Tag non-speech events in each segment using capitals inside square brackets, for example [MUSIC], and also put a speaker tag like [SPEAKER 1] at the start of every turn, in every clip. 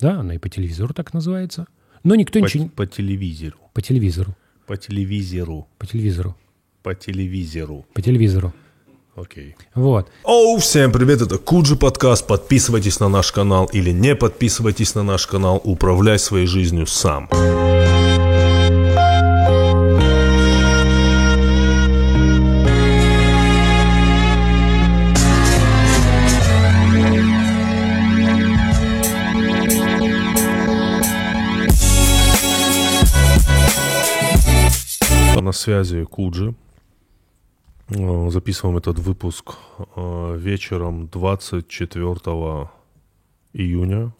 [SPEAKER 1] Да, она и по телевизору так называется. Но никто
[SPEAKER 2] По,
[SPEAKER 1] ничего... не-
[SPEAKER 2] по телевизору.
[SPEAKER 1] По телевизору.
[SPEAKER 2] По телевизору.
[SPEAKER 1] По телевизору.
[SPEAKER 2] По телевизору.
[SPEAKER 1] По телевизору.
[SPEAKER 2] Окей.
[SPEAKER 1] Вот.
[SPEAKER 3] Оу, всем привет, это Куджи подкаст. Подписывайтесь на наш канал или не подписывайтесь на наш канал. Управляй своей жизнью сам.
[SPEAKER 2] На связи Куджи. Э, Записываем этот выпуск э, вечером 24 июня.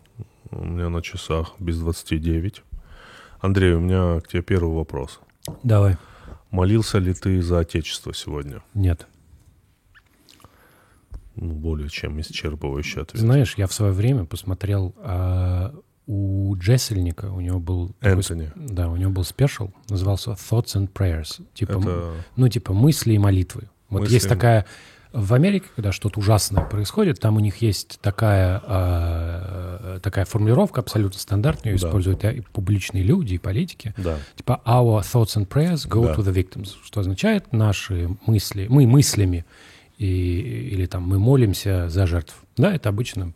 [SPEAKER 2] У меня на часах без 29. Андрей, у меня к тебе первый вопрос.
[SPEAKER 1] Давай.
[SPEAKER 2] Молился ли ты за Отечество сегодня?
[SPEAKER 1] Нет.
[SPEAKER 2] Ну, более чем исчерпывающий ответ.
[SPEAKER 1] Знаешь, я в свое время посмотрел а, у Джессельника, у него был... такой сп-
[SPEAKER 2] Энтони.
[SPEAKER 1] Да, у него был спешл, назывался Thoughts and Prayers. Типа, м-
[SPEAKER 2] Это-
[SPEAKER 1] Ну, типа мысли и молитвы. Вот
[SPEAKER 2] Мысли
[SPEAKER 1] есть
[SPEAKER 2] и-
[SPEAKER 1] такая... В Америке, когда что-то ужасное происходит, там у них есть такая, а, такая формулировка, абсолютно стандартная, ее
[SPEAKER 2] Да.
[SPEAKER 1] используют и публичные люди, и политики.
[SPEAKER 2] Да.
[SPEAKER 1] Типа our thoughts and prayers go
[SPEAKER 2] Да.
[SPEAKER 1] to the victims, что означает наши мысли, мы мыслями и, или там мы молимся за жертв. Да, это обычно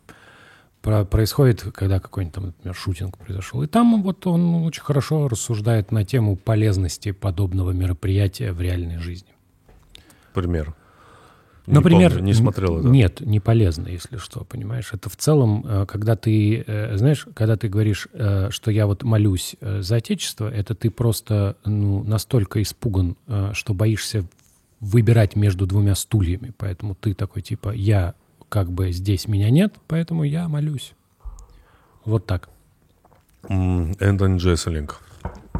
[SPEAKER 1] про- происходит, когда какой-нибудь там, например, шутинг произошел. И там вот он очень хорошо рассуждает на тему полезности подобного мероприятия в реальной жизни.
[SPEAKER 2] Пример. Не
[SPEAKER 1] Например,
[SPEAKER 2] помню, не смотрел
[SPEAKER 1] н-
[SPEAKER 2] это.
[SPEAKER 1] Нет, не полезно, если что, понимаешь. Это в целом, э, когда ты, э, знаешь, когда ты говоришь, э, что я вот молюсь э, за отечество, это ты просто ну, настолько испуган, э, что боишься выбирать между двумя стульями. Поэтому ты такой типа, я как бы здесь меня нет, поэтому я молюсь. Вот так.
[SPEAKER 2] М, Энтони Джесселинг.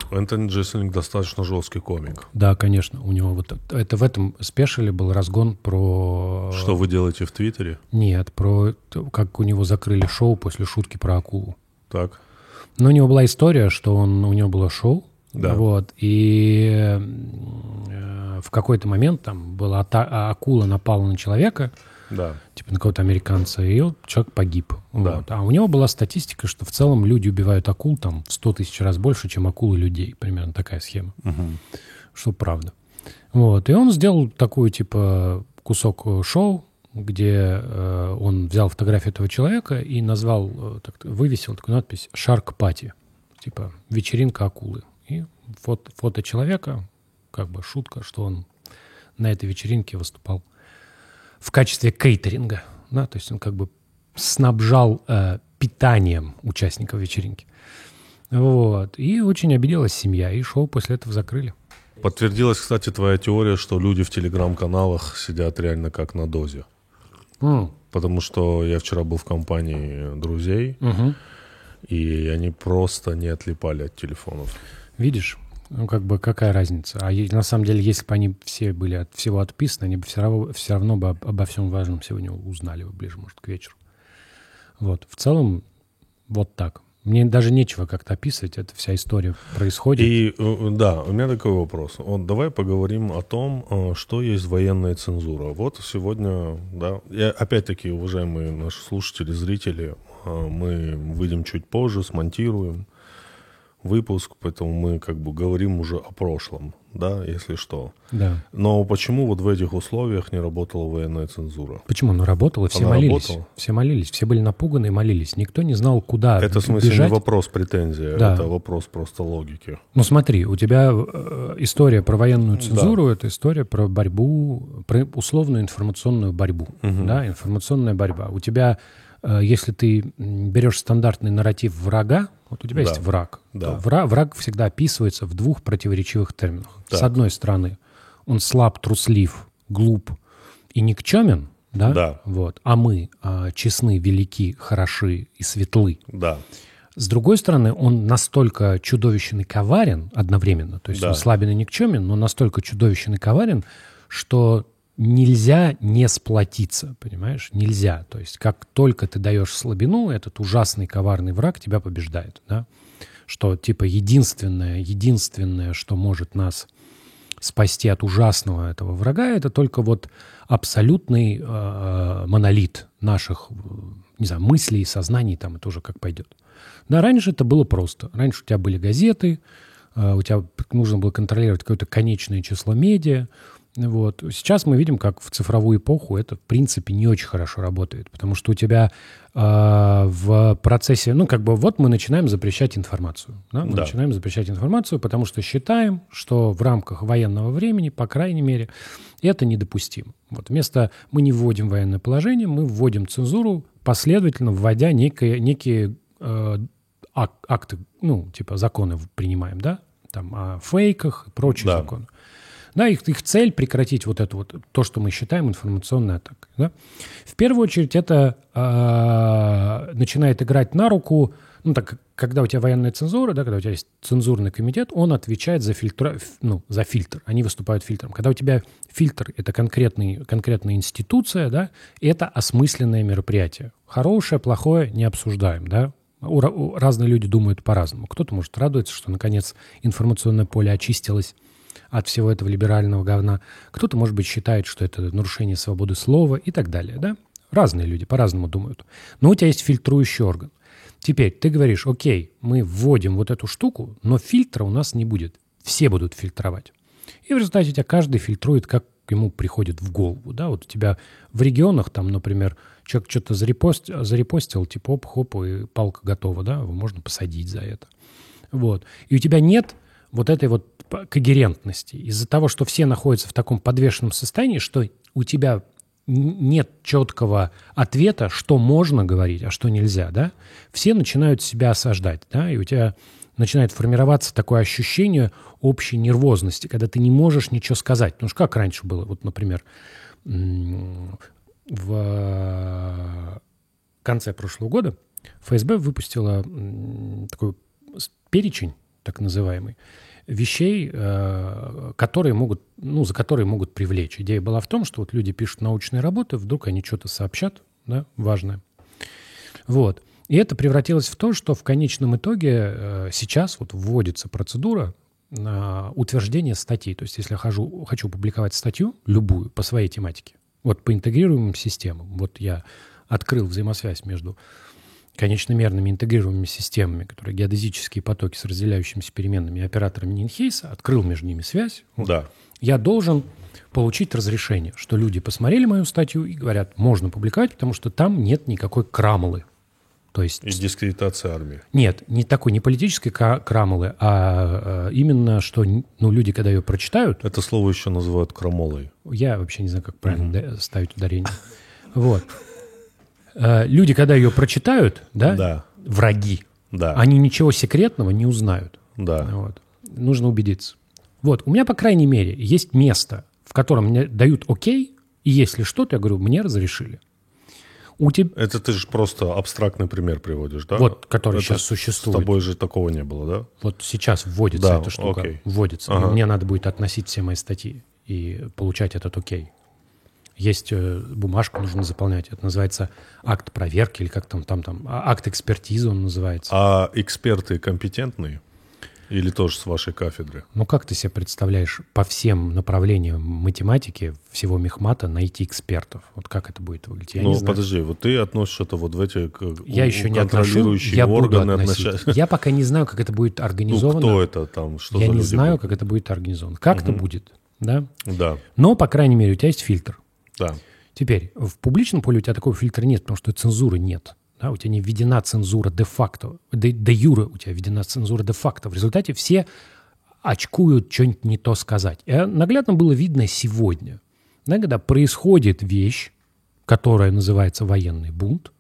[SPEAKER 2] Энтони Джесселинг достаточно жесткий комик.
[SPEAKER 1] Да, конечно, у него вот это, это в этом спешиле был разгон про...
[SPEAKER 2] Что вы делаете в Твиттере?
[SPEAKER 1] Нет, про то, как у него закрыли шоу после шутки про акулу.
[SPEAKER 2] Так.
[SPEAKER 1] Но у него была история, что он, у него было шоу,
[SPEAKER 2] Да.
[SPEAKER 1] вот, и э, в какой-то момент там была ата- а- акула напала на человека,
[SPEAKER 2] Да.
[SPEAKER 1] типа на какого-то американца, и вот человек погиб.
[SPEAKER 2] Да.
[SPEAKER 1] Вот. А у него была статистика, что в целом люди убивают акул там в 100 тысяч раз больше, чем акулы людей. Примерно такая схема. Что правда. Вот. И он сделал такую, типа, кусок э, шоу, где э, он взял фотографию этого человека и назвал, э, так, вывесил такую надпись «Шарк Пати». Типа «Вечеринка акулы». И фото, фото человека, как бы шутка, что он на этой вечеринке выступал в качестве кейтеринга. Да? То есть он как бы снабжал э, питанием участников вечеринки. Вот. И очень обиделась семья, и шоу после этого закрыли.
[SPEAKER 2] Подтвердилась, кстати, твоя теория, что люди в телеграм-каналах сидят реально как на дозе.
[SPEAKER 1] М,
[SPEAKER 2] Потому что я вчера был в компании друзей,
[SPEAKER 1] мгм.
[SPEAKER 2] и они просто не отлипали от телефонов.
[SPEAKER 1] Видишь? Ну, как бы какая разница? А е- на самом деле, если бы они все были от всего отписаны, они бы все равно, все равно бы об- обо всем важном сегодня узнали бы ближе, может, к вечеру. Вот. В целом, вот так. Мне даже нечего как-то описывать. Эта вся история происходит.
[SPEAKER 2] И э, да, у меня такой вопрос. Вот давай поговорим о том, э, что есть военная цензура. Вот сегодня, да, я, опять-таки, уважаемые наши слушатели, зрители, э, мы выйдем чуть позже, смонтируем выпуск, поэтому мы как бы говорим уже о прошлом, да, если что.
[SPEAKER 1] Да.
[SPEAKER 2] Но почему вот в этих условиях не работала военная цензура?
[SPEAKER 1] Почему? Она работала, все
[SPEAKER 2] Она
[SPEAKER 1] молились.
[SPEAKER 2] работала?
[SPEAKER 1] Все молились, все были напуганы и молились. Никто не знал, куда
[SPEAKER 2] Это, в смысле,
[SPEAKER 1] А бежать.
[SPEAKER 2] не вопрос претензия,
[SPEAKER 1] Да.
[SPEAKER 2] это вопрос просто логики.
[SPEAKER 1] Ну смотри, у тебя э, история про военную цензуру, это история про борьбу, про условную информационную борьбу, да, информационная борьба. У тебя, э, если ты м, берешь стандартный нарратив врага, вот у тебя
[SPEAKER 2] Да.
[SPEAKER 1] есть враг,
[SPEAKER 2] Да.
[SPEAKER 1] то вра- враг всегда описывается в двух противоречивых терминах. С одной стороны, он слаб, труслив, глуп и никчемен, да,
[SPEAKER 2] Да.
[SPEAKER 1] вот, а мы а, честны, велики, хороши и светлы.
[SPEAKER 2] Да,
[SPEAKER 1] С другой стороны, он настолько чудовищен и коварен одновременно, то есть
[SPEAKER 2] Да.
[SPEAKER 1] он слабен и никчемен, но настолько чудовищен и коварен, что нельзя не сплотиться, понимаешь? Нельзя. То есть как только ты даешь слабину, этот ужасный коварный враг тебя побеждает, да? Что типа единственное, единственное, что может нас спасти от ужасного этого врага, это только вот абсолютный э, монолит наших э, не знаю, мыслей, сознаний, там это уже как пойдет. Да, раньше это было просто. Раньше у тебя были газеты, э, у тебя нужно было контролировать какое-то конечное число медиа. Вот. Сейчас мы видим, как в цифровую эпоху это, в принципе, не очень хорошо работает, потому что у тебя э, в процессе, ну, как бы вот мы начинаем запрещать информацию. Да? Мы
[SPEAKER 2] Да.
[SPEAKER 1] начинаем запрещать информацию, потому что считаем, что в рамках военного времени, по крайней мере, это недопустимо. Вот вместо мы не вводим военное положение, мы вводим цензуру, последовательно вводя некие, некие э, ак- акты, ну, типа законы в- принимаем, да? Там о фейках и прочие
[SPEAKER 2] Да.
[SPEAKER 1] законы. Да, их, их цель прекратить вот это вот, то, что мы считаем информационной атакой. да. В первую очередь это э, начинает играть на руку, ну так, когда у тебя военная цензура, да, когда у тебя есть цензурный комитет, он отвечает за, фильтра, ф- ну, за фильтр, они выступают фильтром. Когда у тебя фильтр – это конкретный, конкретная институция, да, это осмысленное мероприятие. Хорошее, плохое не обсуждаем, да, у ра- у- разные люди думают по-разному. Кто-то, может, радуется, что, наконец, информационное поле очистилось от всего этого либерального говна. Кто-то, может быть, считает, что это нарушение свободы слова и так далее, да? Разные люди по-разному думают. Но у тебя есть фильтрующий орган. Теперь ты говоришь, окей, мы вводим вот эту штуку, но фильтра у нас не будет. Все будут фильтровать. И в результате у тебя каждый фильтрует, как ему приходит в голову. Да? Вот у тебя в регионах, там, например, человек что-то зарепост, зарепостил, типа оп-хоп, и палка готова, да, его можно посадить за это. Вот. И у тебя нет вот этой вот п- когерентности. Из-за того, что все находятся в таком подвешенном состоянии, что у тебя н- нет четкого ответа, что можно говорить, а что нельзя, да, все начинают себя осаждать, да, и у тебя начинает формироваться такое ощущение общей нервозности, когда ты не можешь ничего сказать. Ну, ж как раньше было, вот, например, м, в конце прошлого года ФСБ выпустила м, такой с- перечень, так называемый, вещей, э, которые могут, ну, за которые могут привлечь. Идея была в том, что вот люди пишут научные работы, вдруг они что-то сообщат, да, важное. Вот. И это превратилось в то, что в конечном итоге э, сейчас вот вводится процедура на утверждение статей. То есть если я хожу, хочу публиковать статью, любую, по своей тематике, вот по интегрируемым системам, вот я открыл взаимосвязь между конечномерными интегрируемыми системами, которые геодезические потоки с разделяющимися переменными и операторами Нинхейса, открыл между ними связь,
[SPEAKER 2] Да.
[SPEAKER 1] я должен получить разрешение, что люди посмотрели мою статью и говорят, можно публиковать, потому что там нет никакой крамолы. То есть
[SPEAKER 2] И дискредитация армии.
[SPEAKER 1] нет, не такой, не политической ка- крамолы, а э, именно, что н- ну, люди, когда ее прочитают,
[SPEAKER 2] Это слово еще называют крамолой.
[SPEAKER 1] я вообще не знаю, как правильно да, ставить ударение. [LAUGHS] Вот. Э, Люди, когда ее прочитают, да,
[SPEAKER 2] Да.
[SPEAKER 1] враги,
[SPEAKER 2] Да.
[SPEAKER 1] они ничего секретного не узнают.
[SPEAKER 2] Да.
[SPEAKER 1] Вот. Нужно убедиться. Вот, у меня, по крайней мере, есть место, в котором мне дают окей, и если что-то, я говорю, мне разрешили. У тебя...
[SPEAKER 2] Это ты же просто абстрактный пример приводишь, да?
[SPEAKER 1] Вот, который
[SPEAKER 2] Это
[SPEAKER 1] сейчас
[SPEAKER 2] с-
[SPEAKER 1] существует.
[SPEAKER 2] С тобой же такого не было,
[SPEAKER 1] Вот сейчас вводится
[SPEAKER 2] Да,
[SPEAKER 1] эта штука.
[SPEAKER 2] окей.
[SPEAKER 1] Вводится. И
[SPEAKER 2] Ага.
[SPEAKER 1] Мне надо будет относить все мои статьи и получать этот окей. Есть э, бумажку, нужно заполнять. Это называется акт проверки или как там там там. а- Акт экспертизы он
[SPEAKER 2] да?
[SPEAKER 1] называется.
[SPEAKER 2] А эксперты компетентные? Или тоже с вашей кафедры?
[SPEAKER 1] Ну как ты себе представляешь по всем направлениям математики всего мехмата найти экспертов? Вот как это будет выглядеть? Я
[SPEAKER 2] ну,
[SPEAKER 1] не знаю.
[SPEAKER 2] подожди, вот ты относишь это вот в эти к-
[SPEAKER 1] Я
[SPEAKER 2] у-
[SPEAKER 1] еще не отношу,
[SPEAKER 2] контролирующие
[SPEAKER 1] я буду
[SPEAKER 2] органы
[SPEAKER 1] относить.
[SPEAKER 2] отношения.
[SPEAKER 1] Я пока не знаю, как это будет
[SPEAKER 2] Ну,
[SPEAKER 1] организовано.
[SPEAKER 2] кто это там? Что
[SPEAKER 1] я
[SPEAKER 2] за
[SPEAKER 1] не
[SPEAKER 2] люди
[SPEAKER 1] знаю, как это будет организовано. Как это будет, да?
[SPEAKER 2] будут? Да,
[SPEAKER 1] Но, по крайней мере, у тебя есть фильтр.
[SPEAKER 2] да.
[SPEAKER 1] Теперь, в публичном поле у тебя такого фильтра нет, потому что цензуры нет. Да, у тебя не введена цензура де-факто. Де, де юре у тебя введена цензура де-факто. В результате все очкуют что-нибудь не то сказать. И э, наглядно было видно сегодня. Да, когда происходит вещь, которая называется военный бунт,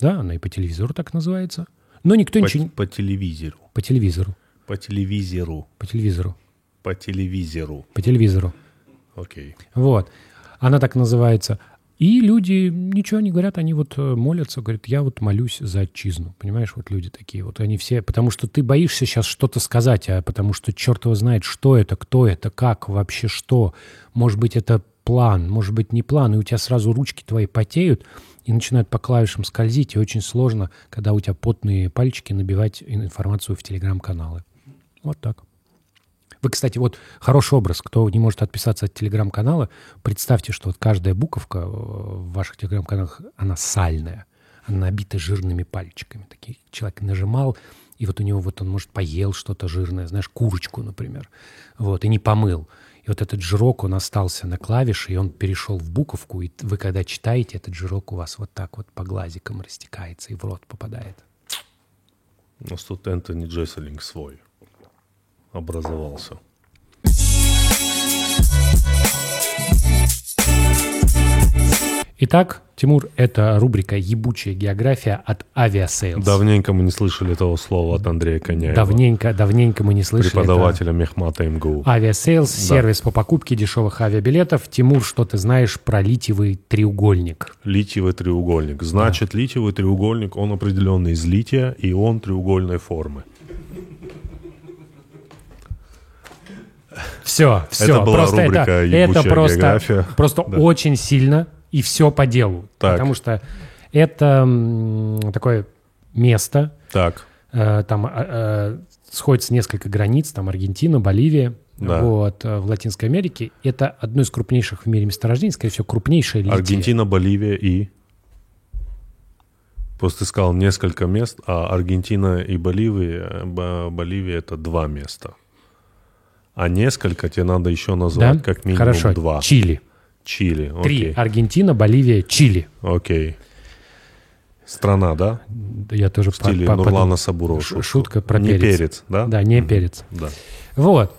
[SPEAKER 1] да, она и по телевизору так называется, но никто
[SPEAKER 2] По,
[SPEAKER 1] ничего... не-
[SPEAKER 2] по телевизору.
[SPEAKER 1] По телевизору.
[SPEAKER 2] По телевизору.
[SPEAKER 1] По телевизору.
[SPEAKER 2] По телевизору.
[SPEAKER 1] По телевизору.
[SPEAKER 2] Окей.
[SPEAKER 1] Вот. Она так называется. И люди ничего не говорят, они вот э, молятся, говорят, я вот молюсь за отчизну. Понимаешь, вот люди такие, вот они все, потому что ты боишься сейчас что-то сказать, а потому что черт его знает, что это, кто это, как вообще что. Может быть, это план, может быть, не план, и у тебя сразу ручки твои потеют и начинают по клавишам скользить, и очень сложно, когда у тебя потные пальчики, набивать ин- информацию в телеграм-каналы. Вот так. Вы, кстати, вот хороший образ, кто не может отписаться от телеграм-канала, представьте, что вот каждая буковка э, в ваших телеграм-каналах, она сальная. набита жирными пальчиками. Такие человек нажимал, и вот у него вот он, может, поел что-то жирное, знаешь, курочку, например, вот, и не помыл. И вот этот жирок, он остался на клавише, и он перешел в буковку, и вы когда читаете, этот жирок у вас вот так вот по глазикам растекается и в рот попадает.
[SPEAKER 2] У нас тут Энтони Джесселинг свой образовался.
[SPEAKER 1] Итак, Тимур, это рубрика «Ебучая география» от Aviasales.
[SPEAKER 2] Давненько мы не слышали этого слова от Андрея Коняева.
[SPEAKER 1] Давненько, давненько мы не слышали. А
[SPEAKER 2] Преподавателя мехмата МГУ.
[SPEAKER 1] Авиасейлс, сервис по покупке дешевых авиабилетов. Тимур, что ты знаешь про литиевый треугольник?
[SPEAKER 2] Литиевый треугольник. Значит, литиевый треугольник, он определенный из лития, и он треугольной формы.
[SPEAKER 1] Все, все.
[SPEAKER 2] была рубрика «Ебучая
[SPEAKER 1] это просто,
[SPEAKER 2] география».
[SPEAKER 1] просто очень сильно и все по делу.
[SPEAKER 2] Так.
[SPEAKER 1] Потому что это м, такое место,
[SPEAKER 2] Так,
[SPEAKER 1] э, там э, э, сходится несколько границ, там Аргентина, Боливия,
[SPEAKER 2] Да.
[SPEAKER 1] вот, э, в Латинской Америке. Это одно из крупнейших в мире месторождений, скорее всего, крупнейшее литие.
[SPEAKER 2] Аргентина, Боливия и... Просто ты сказал несколько мест, а Аргентина и Боливия, Бо- Боливия это два места. А несколько тебе надо еще
[SPEAKER 1] Да?
[SPEAKER 2] назвать, как минимум
[SPEAKER 1] Хорошо.
[SPEAKER 2] два.
[SPEAKER 1] Чили.
[SPEAKER 2] Чили, окей.
[SPEAKER 1] Три. А- Аргентина, Боливия, Чили.
[SPEAKER 2] Окей. Страна, да?
[SPEAKER 1] Да Я тоже
[SPEAKER 2] В стиле ну,
[SPEAKER 1] по- по-
[SPEAKER 2] Нурлана Сабурова.
[SPEAKER 1] Ш- шутка про
[SPEAKER 2] Не
[SPEAKER 1] перец.
[SPEAKER 2] перец, да?
[SPEAKER 1] Да, не перец.
[SPEAKER 2] Да.
[SPEAKER 1] Вот.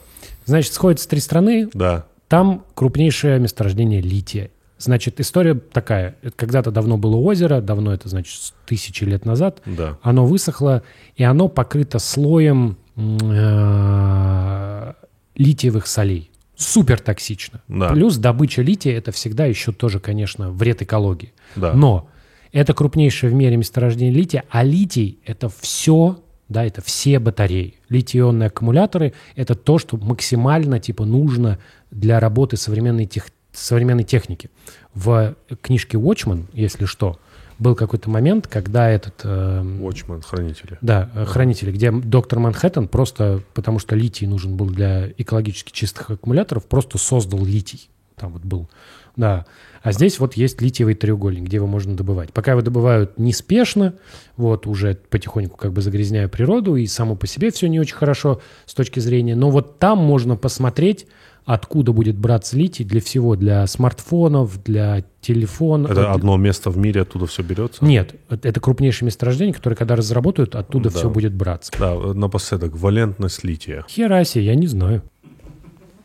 [SPEAKER 1] Значит, сходятся три страны,
[SPEAKER 2] Да.
[SPEAKER 1] Там крупнейшее месторождение лития. Значит, история такая. Это Когда-то давно было озеро, давно это, значит, с тысячи лет назад.
[SPEAKER 2] Да.
[SPEAKER 1] Оно высохло, и оно покрыто слоем м, э, литиевых солей. Супер токсично.
[SPEAKER 2] Да.
[SPEAKER 1] Плюс добыча лития – это всегда еще тоже, конечно, вред экологии.
[SPEAKER 2] Да.
[SPEAKER 1] Но это крупнейшее в мире месторождение лития, а литий – это все, да, это все батареи. Литий-ионные аккумуляторы – это то, что максимально, типа, нужно для работы современной, тех- современной техники. В книжке Watchman, если что, был какой-то момент, когда этот... эм,
[SPEAKER 2] Watchman, хранители.
[SPEAKER 1] да, э, хранители, где доктор Манхэттен просто, потому что литий нужен был для экологически чистых аккумуляторов, просто создал литий. Там вот был. Да. А здесь вот есть литиевый треугольник, где его можно добывать. Пока его добывают неспешно, вот уже потихоньку как бы загрязняя природу, и само по себе все не очень хорошо с точки зрения. Но вот там можно посмотреть, откуда будет браться литий для всего, для смартфонов, для телефонов.
[SPEAKER 2] Это одно место в мире, оттуда все берется?
[SPEAKER 1] Нет, это крупнейшее месторождение, которое когда разработают, оттуда
[SPEAKER 2] Да.
[SPEAKER 1] все будет браться.
[SPEAKER 2] Да, напоследок, валентность лития.
[SPEAKER 1] Хераси, я не знаю.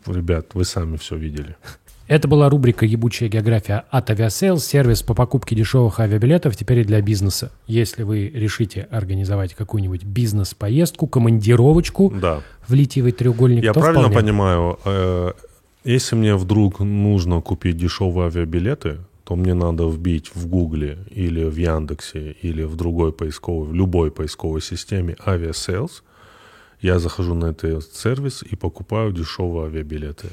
[SPEAKER 2] Ребят, вы сами все
[SPEAKER 1] [LAUGHS]
[SPEAKER 2] видели.
[SPEAKER 1] Это была рубрика «Ебучая география» от Aviasales, сервис по покупке дешевых авиабилетов теперь и для бизнеса. Если вы решите организовать какую-нибудь бизнес-поездку, командировочку
[SPEAKER 2] Да.
[SPEAKER 1] в литиевый треугольник,
[SPEAKER 2] Я
[SPEAKER 1] то
[SPEAKER 2] правильно
[SPEAKER 1] вполне.
[SPEAKER 2] понимаю, э, если мне вдруг нужно купить дешевые авиабилеты, то мне надо вбить в Гугле или в Яндексе или в другой поисковой, в любой поисковой системе авиасейлс. Я захожу на этот сервис и покупаю дешевые авиабилеты.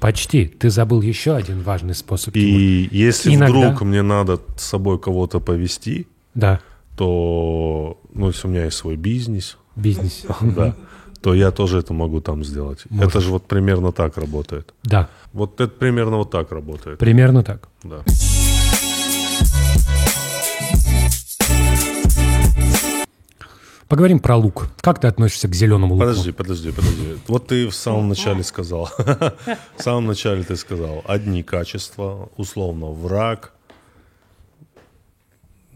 [SPEAKER 1] Почти. Ты забыл еще один важный способ. Тимур.
[SPEAKER 2] И если
[SPEAKER 1] Иногда.
[SPEAKER 2] вдруг мне надо с собой кого-то повести,
[SPEAKER 1] Да,
[SPEAKER 2] то, ну, если у меня есть свой бизнес,
[SPEAKER 1] бизнес.
[SPEAKER 2] [LAUGHS] да, то я тоже это могу там сделать. Это же вот примерно так работает.
[SPEAKER 1] Да,
[SPEAKER 2] Вот это примерно вот так работает.
[SPEAKER 1] примерно так.
[SPEAKER 2] Да.
[SPEAKER 1] Поговорим про лук. Как ты относишься к зеленому луку?
[SPEAKER 2] Подожди, подожди, подожди. Вот ты в самом начале сказал. [LAUGHS] В самом начале ты сказал. Одни качества, условно, враг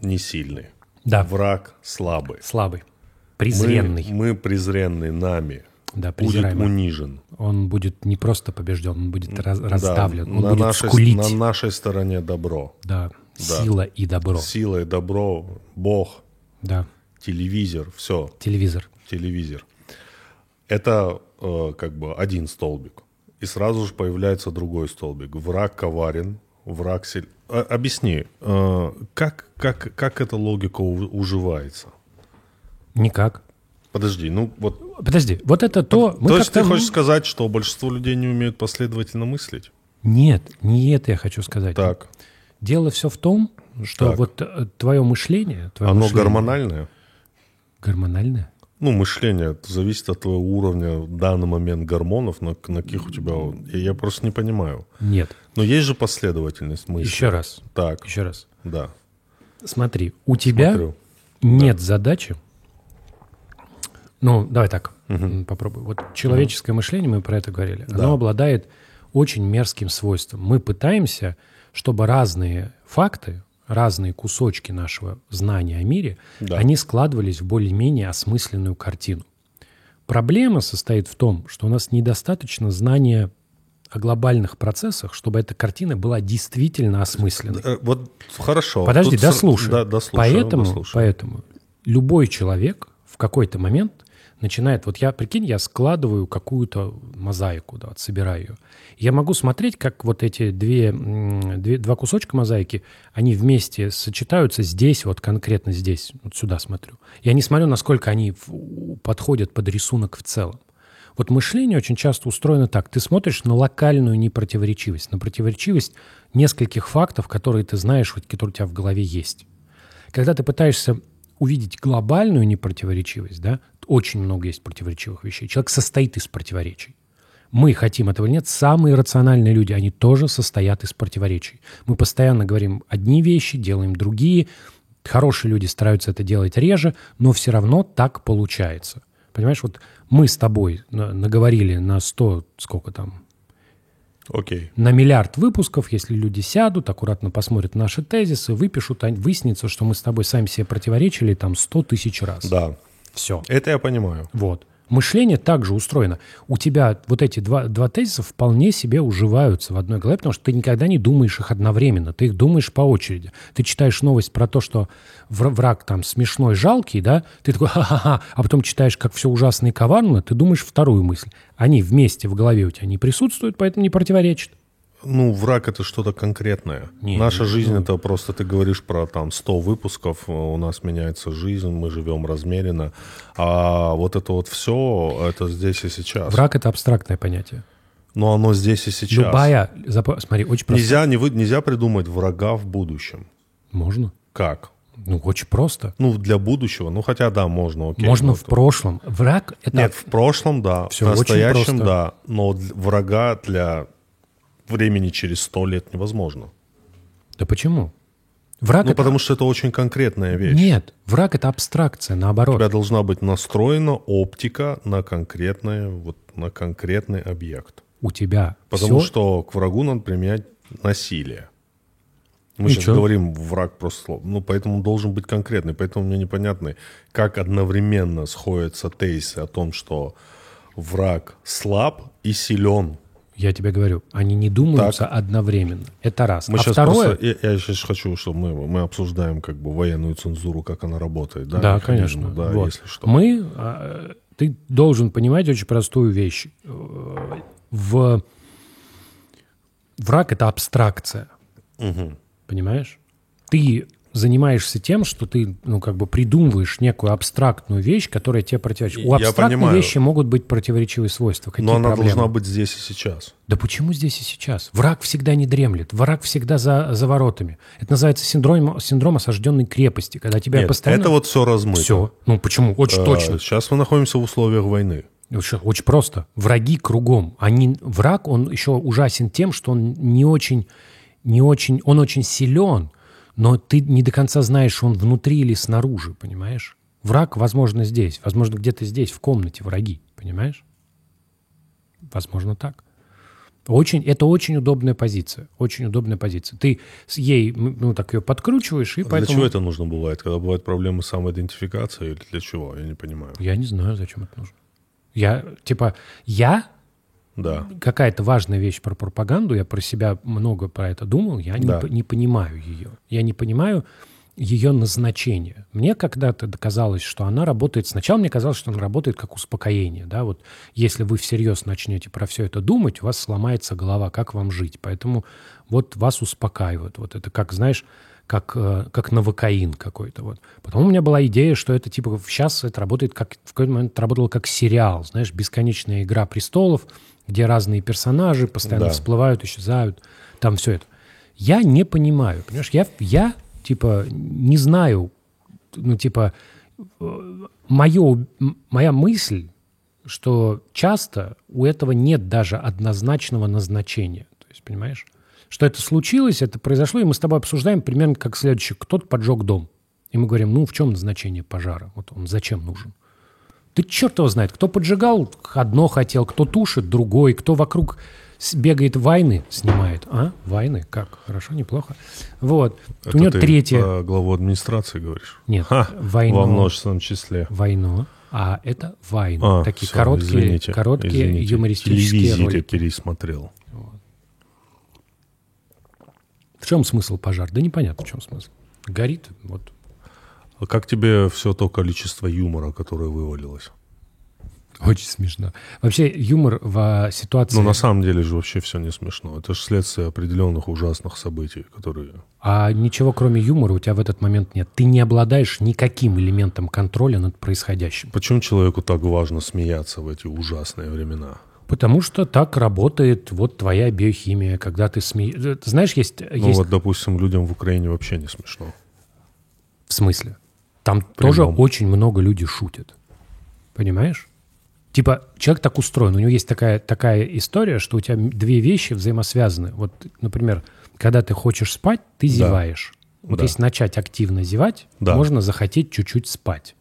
[SPEAKER 2] не сильный.
[SPEAKER 1] Да,
[SPEAKER 2] Враг слабый.
[SPEAKER 1] слабый,
[SPEAKER 2] Мы-
[SPEAKER 1] презренный.
[SPEAKER 2] Мы, презренный нами.
[SPEAKER 1] Да,
[SPEAKER 2] Будет
[SPEAKER 1] презираемый.
[SPEAKER 2] унижен.
[SPEAKER 1] Он будет не просто побежден, он будет раз- раздавлен,
[SPEAKER 2] Да,
[SPEAKER 1] он
[SPEAKER 2] на
[SPEAKER 1] будет
[SPEAKER 2] нашей,
[SPEAKER 1] скулить.
[SPEAKER 2] На нашей стороне добро.
[SPEAKER 1] Да. Сила и добро.
[SPEAKER 2] Сила и добро, Бог,
[SPEAKER 1] Да.
[SPEAKER 2] телевизор, все.
[SPEAKER 1] Телевизор.
[SPEAKER 2] телевизор. Это э, как бы один столбик. И сразу же появляется другой столбик. Враг коварен, враг силь... Э, Объясни, э, как, как, как эта логика у- уживается?
[SPEAKER 1] Никак.
[SPEAKER 2] Подожди, ну вот...
[SPEAKER 1] Подожди, вот это то... мы
[SPEAKER 2] А То есть ты
[SPEAKER 1] как-то-
[SPEAKER 2] хочешь сказать, что большинство людей не умеют последовательно мыслить?
[SPEAKER 1] Нет, не это я хочу сказать.
[SPEAKER 2] Так.
[SPEAKER 1] Дело все в том, что
[SPEAKER 2] Так.
[SPEAKER 1] вот э, твое мышление... твое
[SPEAKER 2] Оно
[SPEAKER 1] мышление-
[SPEAKER 2] гормональное?
[SPEAKER 1] Гормональное?
[SPEAKER 2] Ну, мышление это зависит от твоего уровня в данный момент гормонов, на, на каких у тебя... Я, я просто не понимаю.
[SPEAKER 1] Нет.
[SPEAKER 2] Но есть же последовательность мысли.
[SPEAKER 1] Еще раз.
[SPEAKER 2] Так,
[SPEAKER 1] Еще раз.
[SPEAKER 2] да.
[SPEAKER 1] Смотри, у тебя
[SPEAKER 2] Смотрю.
[SPEAKER 1] нет задачи. Ну, давай так, м, попробуй. Вот человеческое мышление, мы про это говорили, оно обладает очень мерзким свойством. Мы пытаемся, чтобы разные факты, разные кусочки нашего знания о мире,
[SPEAKER 2] Да.
[SPEAKER 1] они складывались в более-менее осмысленную картину. Проблема состоит в том, что у нас недостаточно знания о глобальных процессах, чтобы эта картина была действительно осмысленной.
[SPEAKER 2] Э, Вот хорошо.
[SPEAKER 1] Подожди,
[SPEAKER 2] Тут сра-
[SPEAKER 1] дослушай.
[SPEAKER 2] Да, дослушай.
[SPEAKER 1] поэтому,
[SPEAKER 2] дослушай.
[SPEAKER 1] поэтому любой человек в какой-то момент начинает... Вот я, прикинь, я складываю какую-то мозаику, да, вот собираю ее. Я могу смотреть, как вот эти две, м, две- два кусочка мозаики, они вместе сочетаются здесь, вот конкретно здесь, вот сюда смотрю. Я не смотрю, насколько они в- у- подходят под рисунок в целом. Вот мышление очень часто устроено так. Ты смотришь на локальную непротиворечивость, на противоречивость нескольких фактов, которые ты знаешь, вот, которые у тебя в голове есть. Когда ты пытаешься увидеть глобальную непротиворечивость, да, очень много есть противоречивых вещей. Человек состоит из противоречий. Мы хотим этого или нет, самые рациональные люди, они тоже состоят из противоречий. Мы постоянно говорим одни вещи, делаем другие. Хорошие люди стараются это делать реже, но все равно так получается. Понимаешь, вот мы с тобой на- наговорили на 100, сколько там,
[SPEAKER 2] Окей.
[SPEAKER 1] на миллиард выпусков, если люди сядут, аккуратно посмотрят наши тезисы, выпишут, они- выяснится, что мы с тобой сами себе противоречили там 100 тысяч раз.
[SPEAKER 2] Да.
[SPEAKER 1] Все.
[SPEAKER 2] Это я понимаю.
[SPEAKER 1] Вот. Мышление также устроено. У тебя вот эти два, два тезиса вполне себе уживаются в одной голове, потому что ты никогда не думаешь их одновременно, ты их думаешь по очереди. Ты читаешь новость про то, что вр- враг там смешной, жалкий, да, ты такой ха-ха-ха, а потом читаешь, как все ужасно и коварно, ты думаешь вторую мысль. Они вместе в голове у тебя не присутствуют, поэтому не противоречат.
[SPEAKER 2] Ну, враг это что-то конкретное.
[SPEAKER 1] Не,
[SPEAKER 2] Наша
[SPEAKER 1] ну,
[SPEAKER 2] жизнь это просто ты говоришь про там 100 выпусков, э, у нас меняется жизнь, мы живем размеренно. А вот это вот все, это здесь и сейчас.
[SPEAKER 1] Враг — это абстрактное понятие.
[SPEAKER 2] Но оно здесь и сейчас.
[SPEAKER 1] Любая... запо- Смотри, очень просто.
[SPEAKER 2] Нельзя, не вы, нельзя придумать врага в будущем.
[SPEAKER 1] Можно.
[SPEAKER 2] Как?
[SPEAKER 1] Ну, очень просто.
[SPEAKER 2] Ну, для будущего. Ну, хотя да, можно, окей.
[SPEAKER 1] Можно
[SPEAKER 2] Ну,
[SPEAKER 1] в прошлом. Враг — это...
[SPEAKER 2] Нет, в прошлом, да.
[SPEAKER 1] Всё
[SPEAKER 2] в
[SPEAKER 1] очень
[SPEAKER 2] настоящем,
[SPEAKER 1] просто.
[SPEAKER 2] да. Но д- врага для времени через сто лет невозможно.
[SPEAKER 1] Да почему? Враг
[SPEAKER 2] Ну,
[SPEAKER 1] это...
[SPEAKER 2] потому что это очень конкретная вещь.
[SPEAKER 1] Нет, враг это абстракция,
[SPEAKER 2] У
[SPEAKER 1] наоборот.
[SPEAKER 2] тебя должна быть настроена оптика на конкретное, вот на конкретный объект.
[SPEAKER 1] У тебя
[SPEAKER 2] Потому
[SPEAKER 1] всё-
[SPEAKER 2] что к врагу надо применять насилие. Мы
[SPEAKER 1] И
[SPEAKER 2] сейчас
[SPEAKER 1] чё?
[SPEAKER 2] говорим враг просто слово. Ну, поэтому он должен быть конкретный. Поэтому мне непонятно, как одновременно сходятся тезисы о том, что враг слаб и силен.
[SPEAKER 1] я тебе говорю, они не думаются одновременно. Это раз.
[SPEAKER 2] Мы
[SPEAKER 1] а
[SPEAKER 2] щас
[SPEAKER 1] второе,
[SPEAKER 2] просто- я, сейчас хочу, чтобы мы, мы обсуждаем как бы военную цензуру, как она работает. Да,
[SPEAKER 1] Да,
[SPEAKER 2] механизмы,
[SPEAKER 1] конечно.
[SPEAKER 2] Да,
[SPEAKER 1] Вот.
[SPEAKER 2] если что.
[SPEAKER 1] Мы, а, ты должен понимать очень простую вещь. Э, В враг это абстракция, понимаешь? Ты занимаешься тем, что ты, ну, как бы придумываешь некую абстрактную вещь, которая тебе противоречит. У
[SPEAKER 2] Я
[SPEAKER 1] абстрактной
[SPEAKER 2] понимаю.
[SPEAKER 1] вещи могут быть противоречивые свойства. Какие
[SPEAKER 2] Но она
[SPEAKER 1] проблемы?
[SPEAKER 2] должна быть здесь и сейчас.
[SPEAKER 1] Да почему здесь и сейчас? Враг всегда не дремлет, враг всегда за, за воротами. Это называется синдром, синдром осажденной крепости, когда тебя
[SPEAKER 2] Нет,
[SPEAKER 1] постоянно...
[SPEAKER 2] Это А. вот все размыто.
[SPEAKER 1] Все. Ну почему? Очень точно.
[SPEAKER 2] Сейчас мы находимся в условиях войны.
[SPEAKER 1] Очень, очень просто. Враги кругом. Они, враг, он еще ужасен тем, что он не очень, не очень, он очень силен, но ты не до конца знаешь, он внутри или снаружи, понимаешь? Враг, возможно, здесь, возможно, где-то здесь, в комнате враги, понимаешь? Возможно, так. Очень, это очень удобная позиция, очень удобная позиция. Ты с ей, м, ну, так ее подкручиваешь, и
[SPEAKER 2] А Для
[SPEAKER 1] поэтому...
[SPEAKER 2] чего это нужно бывает? Когда бывают проблемы с самоидентификацией или для чего? Я не понимаю.
[SPEAKER 1] Я не знаю, зачем это нужно. Я, типа, я
[SPEAKER 2] Да.
[SPEAKER 1] какая-то важная вещь про пропаганду, я про себя много про это думал, я не,
[SPEAKER 2] Да.
[SPEAKER 1] по- не понимаю ее. Я не понимаю ее назначение. Мне когда-то доказалось, что она работает... Сначала мне казалось, что она работает как успокоение. Да? Вот если вы всерьез начнете про все это думать, у вас сломается голова, как вам жить. Поэтому вот вас успокаивают. Вот это как, знаешь, как, э, как навокаин какой-то. Вот. Потом у меня была идея, что это типа сейчас это работает как... В какой-то момент это работало как сериал, знаешь, бесконечная игра престолов, где разные персонажи постоянно
[SPEAKER 2] Да.
[SPEAKER 1] всплывают, исчезают, там все это. Я не понимаю, понимаешь, я, я типа не знаю, ну типа э, моё- м- моя мысль, что часто у этого нет даже однозначного назначения, то есть понимаешь, что это случилось, это произошло, и мы с тобой обсуждаем примерно как следующее. Кто-то поджег дом. И мы говорим, ну, в чем назначение пожара? Вот он зачем нужен? Ты черт его знает, кто поджигал, одно хотел, кто тушит, другой, кто вокруг с- бегает, войны снимает. А? Войны? Как? Хорошо, неплохо. Вот. У него
[SPEAKER 2] ты
[SPEAKER 1] третье.
[SPEAKER 2] про главу администрации говоришь?
[SPEAKER 1] Нет,
[SPEAKER 2] Ха,
[SPEAKER 1] войну.
[SPEAKER 2] Во множественном числе.
[SPEAKER 1] Войну, а это война.
[SPEAKER 2] А,
[SPEAKER 1] Такие
[SPEAKER 2] всё,
[SPEAKER 1] короткие,
[SPEAKER 2] извините,
[SPEAKER 1] короткие
[SPEAKER 2] извините.
[SPEAKER 1] юмористические
[SPEAKER 2] Телевизии-то
[SPEAKER 1] ролики.
[SPEAKER 2] пересмотрел.
[SPEAKER 1] В чем смысл пожар? Да непонятно, в чем смысл. Горит, вот. [LAUGHS]
[SPEAKER 2] А Как тебе все то количество юмора, которое вывалилось?
[SPEAKER 1] Очень смешно. Вообще юмор в а, ситуации...
[SPEAKER 2] Ну, на самом деле же вообще все не смешно. Это же следствие определенных ужасных событий, которые...
[SPEAKER 1] А ничего, кроме юмора, у тебя в этот момент нет. Ты не обладаешь никаким элементом контроля над происходящим.
[SPEAKER 2] Почему человеку так важно смеяться в эти ужасные времена?
[SPEAKER 1] Потому что так работает вот твоя биохимия, когда ты смеешься. Знаешь, есть...
[SPEAKER 2] Ну
[SPEAKER 1] есть...
[SPEAKER 2] вот, допустим, людям в Украине вообще не смешно.
[SPEAKER 1] В смысле? Там тоже
[SPEAKER 2] любом.
[SPEAKER 1] очень много людей шутят. Понимаешь? Типа, человек так устроен. У него есть такая, такая история, что у тебя м- две вещи взаимосвязаны. Вот, например, когда ты хочешь спать, ты зеваешь. Вот
[SPEAKER 2] Да.
[SPEAKER 1] если начать активно зевать,
[SPEAKER 2] Да.
[SPEAKER 1] можно захотеть чуть-чуть спать.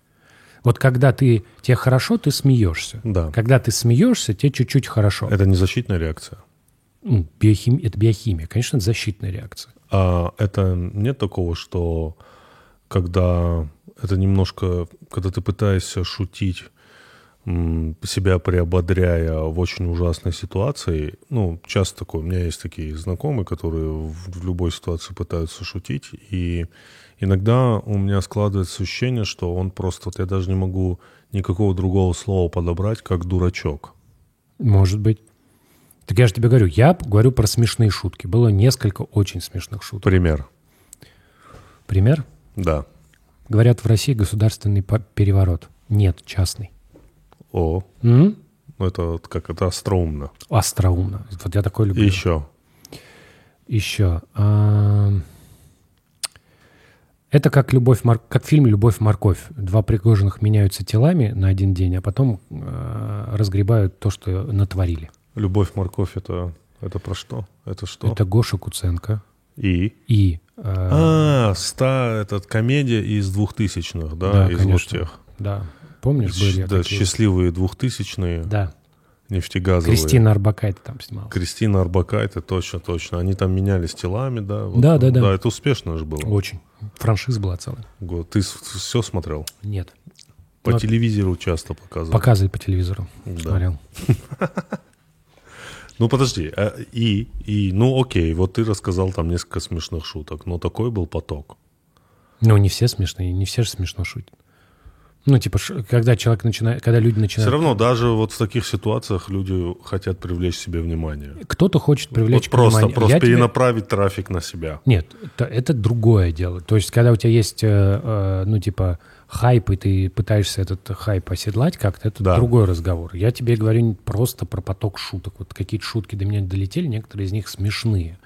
[SPEAKER 1] Вот когда ты, тебе хорошо, ты смеешься.
[SPEAKER 2] Да.
[SPEAKER 1] Когда ты смеешься, тебе чуть-чуть хорошо.
[SPEAKER 2] Это не защитная реакция.
[SPEAKER 1] Ну, биохим- это биохимия. Конечно, это защитная реакция.
[SPEAKER 2] А это нет такого, что когда это немножко, когда ты пытаешься шутить, м, себя приободряя в очень ужасной ситуации, ну, часто такое, у меня есть такие знакомые, которые в в любой ситуации пытаются шутить, и иногда у меня складывается ощущение, что он просто, вот я даже не могу никакого другого слова подобрать, как дурачок.
[SPEAKER 1] Может быть. Так я же тебе говорю, я п- говорю про смешные шутки. Было несколько очень смешных шуток.
[SPEAKER 2] Пример.
[SPEAKER 1] Пример.
[SPEAKER 2] Да.
[SPEAKER 1] Говорят, в России государственный по- переворот. Нет, частный.
[SPEAKER 2] О,
[SPEAKER 1] М?
[SPEAKER 2] ну это вот как это остроумно.
[SPEAKER 1] Остроумно. Вот я такой
[SPEAKER 2] И
[SPEAKER 1] люблю.
[SPEAKER 2] еще.
[SPEAKER 1] Еще. Ам, Это как, любовь, мор- как фильм «Любовь, морковь». Два пригоженных меняются телами на один день, а потом э, разгребают то, что натворили.
[SPEAKER 2] Любовь, морковь это это про что? Это что?
[SPEAKER 1] Это Гоша Куценко
[SPEAKER 2] И.
[SPEAKER 1] и... э,
[SPEAKER 2] А, ста, этот комедия из двухтысячных, да, из вот тех.
[SPEAKER 1] Да. Помнишь, были
[SPEAKER 2] Щ- да,
[SPEAKER 1] такие?
[SPEAKER 2] счастливые двухтысячные
[SPEAKER 1] Да.
[SPEAKER 2] нефтегазовые.
[SPEAKER 1] Кристина Арбакайте там снималась.
[SPEAKER 2] Кристина Арбакайте, точно, точно. Они там менялись телами, да? вот,
[SPEAKER 1] Да, да,
[SPEAKER 2] ну,
[SPEAKER 1] да.
[SPEAKER 2] Да, это успешно же было.
[SPEAKER 1] Очень. Франшиза была целая.
[SPEAKER 2] Го- Ты все смотрел?
[SPEAKER 1] Нет.
[SPEAKER 2] По
[SPEAKER 1] Ну,
[SPEAKER 2] телевизору часто показывали.
[SPEAKER 1] Показывали по телевизору. Смотрел.
[SPEAKER 2] Ну подожди, а, и, и, ну окей, вот ты рассказал там несколько смешных шуток, но такой был поток.
[SPEAKER 1] Ну, не все смешные, не все же смешно шутят. Ну, типа, ш- когда человек начинает, когда люди начинают...
[SPEAKER 2] Все равно даже вот в таких ситуациях люди хотят привлечь себе внимание.
[SPEAKER 1] Кто-то хочет привлечь
[SPEAKER 2] вот просто,
[SPEAKER 1] внимание. А
[SPEAKER 2] просто
[SPEAKER 1] Я тебе-
[SPEAKER 2] перенаправить трафик на себя.
[SPEAKER 1] Нет, это, это другое дело. То есть, когда у тебя есть, э, э, ну, типа, хайп, и ты пытаешься этот хайп оседлать как-то, это
[SPEAKER 2] Да.
[SPEAKER 1] другой разговор. Я тебе говорю не просто про поток шуток. Вот какие-то шутки до меня долетели, некоторые из них смешные.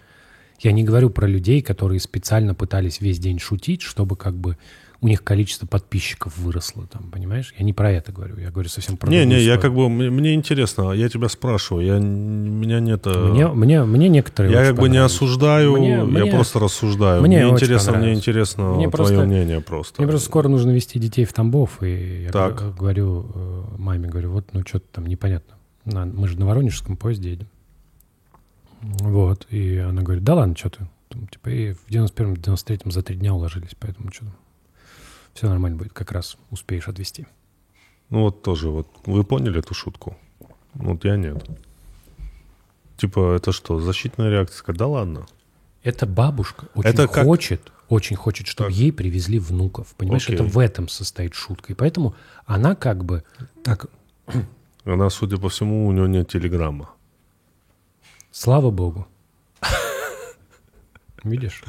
[SPEAKER 1] Я не говорю про людей, которые специально пытались весь день шутить, чтобы как бы у них количество подписчиков выросло, там, понимаешь? Я не про это говорю, я говорю совсем про
[SPEAKER 2] Не,
[SPEAKER 1] другую
[SPEAKER 2] не, я
[SPEAKER 1] историю.
[SPEAKER 2] как бы мне, мне интересно, я тебя спрашиваю, я н- меня нет, э,
[SPEAKER 1] Мне, мне, мне некоторые...
[SPEAKER 2] я
[SPEAKER 1] очень
[SPEAKER 2] как бы не
[SPEAKER 1] понравились.
[SPEAKER 2] осуждаю,
[SPEAKER 1] Мне-
[SPEAKER 2] я
[SPEAKER 1] мне-
[SPEAKER 2] просто рассуждаю.
[SPEAKER 1] мне очень
[SPEAKER 2] интересно, мне
[SPEAKER 1] понравилось.
[SPEAKER 2] интересно
[SPEAKER 1] Мне
[SPEAKER 2] твое
[SPEAKER 1] просто-
[SPEAKER 2] мнение просто.
[SPEAKER 1] Мне просто скоро нужно вести детей в Тамбов, и я
[SPEAKER 2] Так.
[SPEAKER 1] г- говорю э, маме, говорю, вот, ну что-то там непонятно. На- мы же на Воронежском поезде едем. Вот, и она говорит, да ладно, что ты? Там, типа, и в 91-м, 93-м за три дня уложились, поэтому что все нормально будет, как раз успеешь отвезти.
[SPEAKER 2] Ну вот тоже вот, вы поняли эту шутку? Вот я нет. Типа это что, защитная реакция? Да ладно.
[SPEAKER 1] Эта бабушка очень
[SPEAKER 2] Это как-
[SPEAKER 1] хочет, очень хочет, чтобы
[SPEAKER 2] Так.
[SPEAKER 1] ей привезли внуков. Понимаешь, это
[SPEAKER 2] Окей.
[SPEAKER 1] в этом состоит шутка. И поэтому она как бы... Так,
[SPEAKER 2] Она, судя по всему, у нее нет телеграмма.
[SPEAKER 1] Слава богу. Видишь?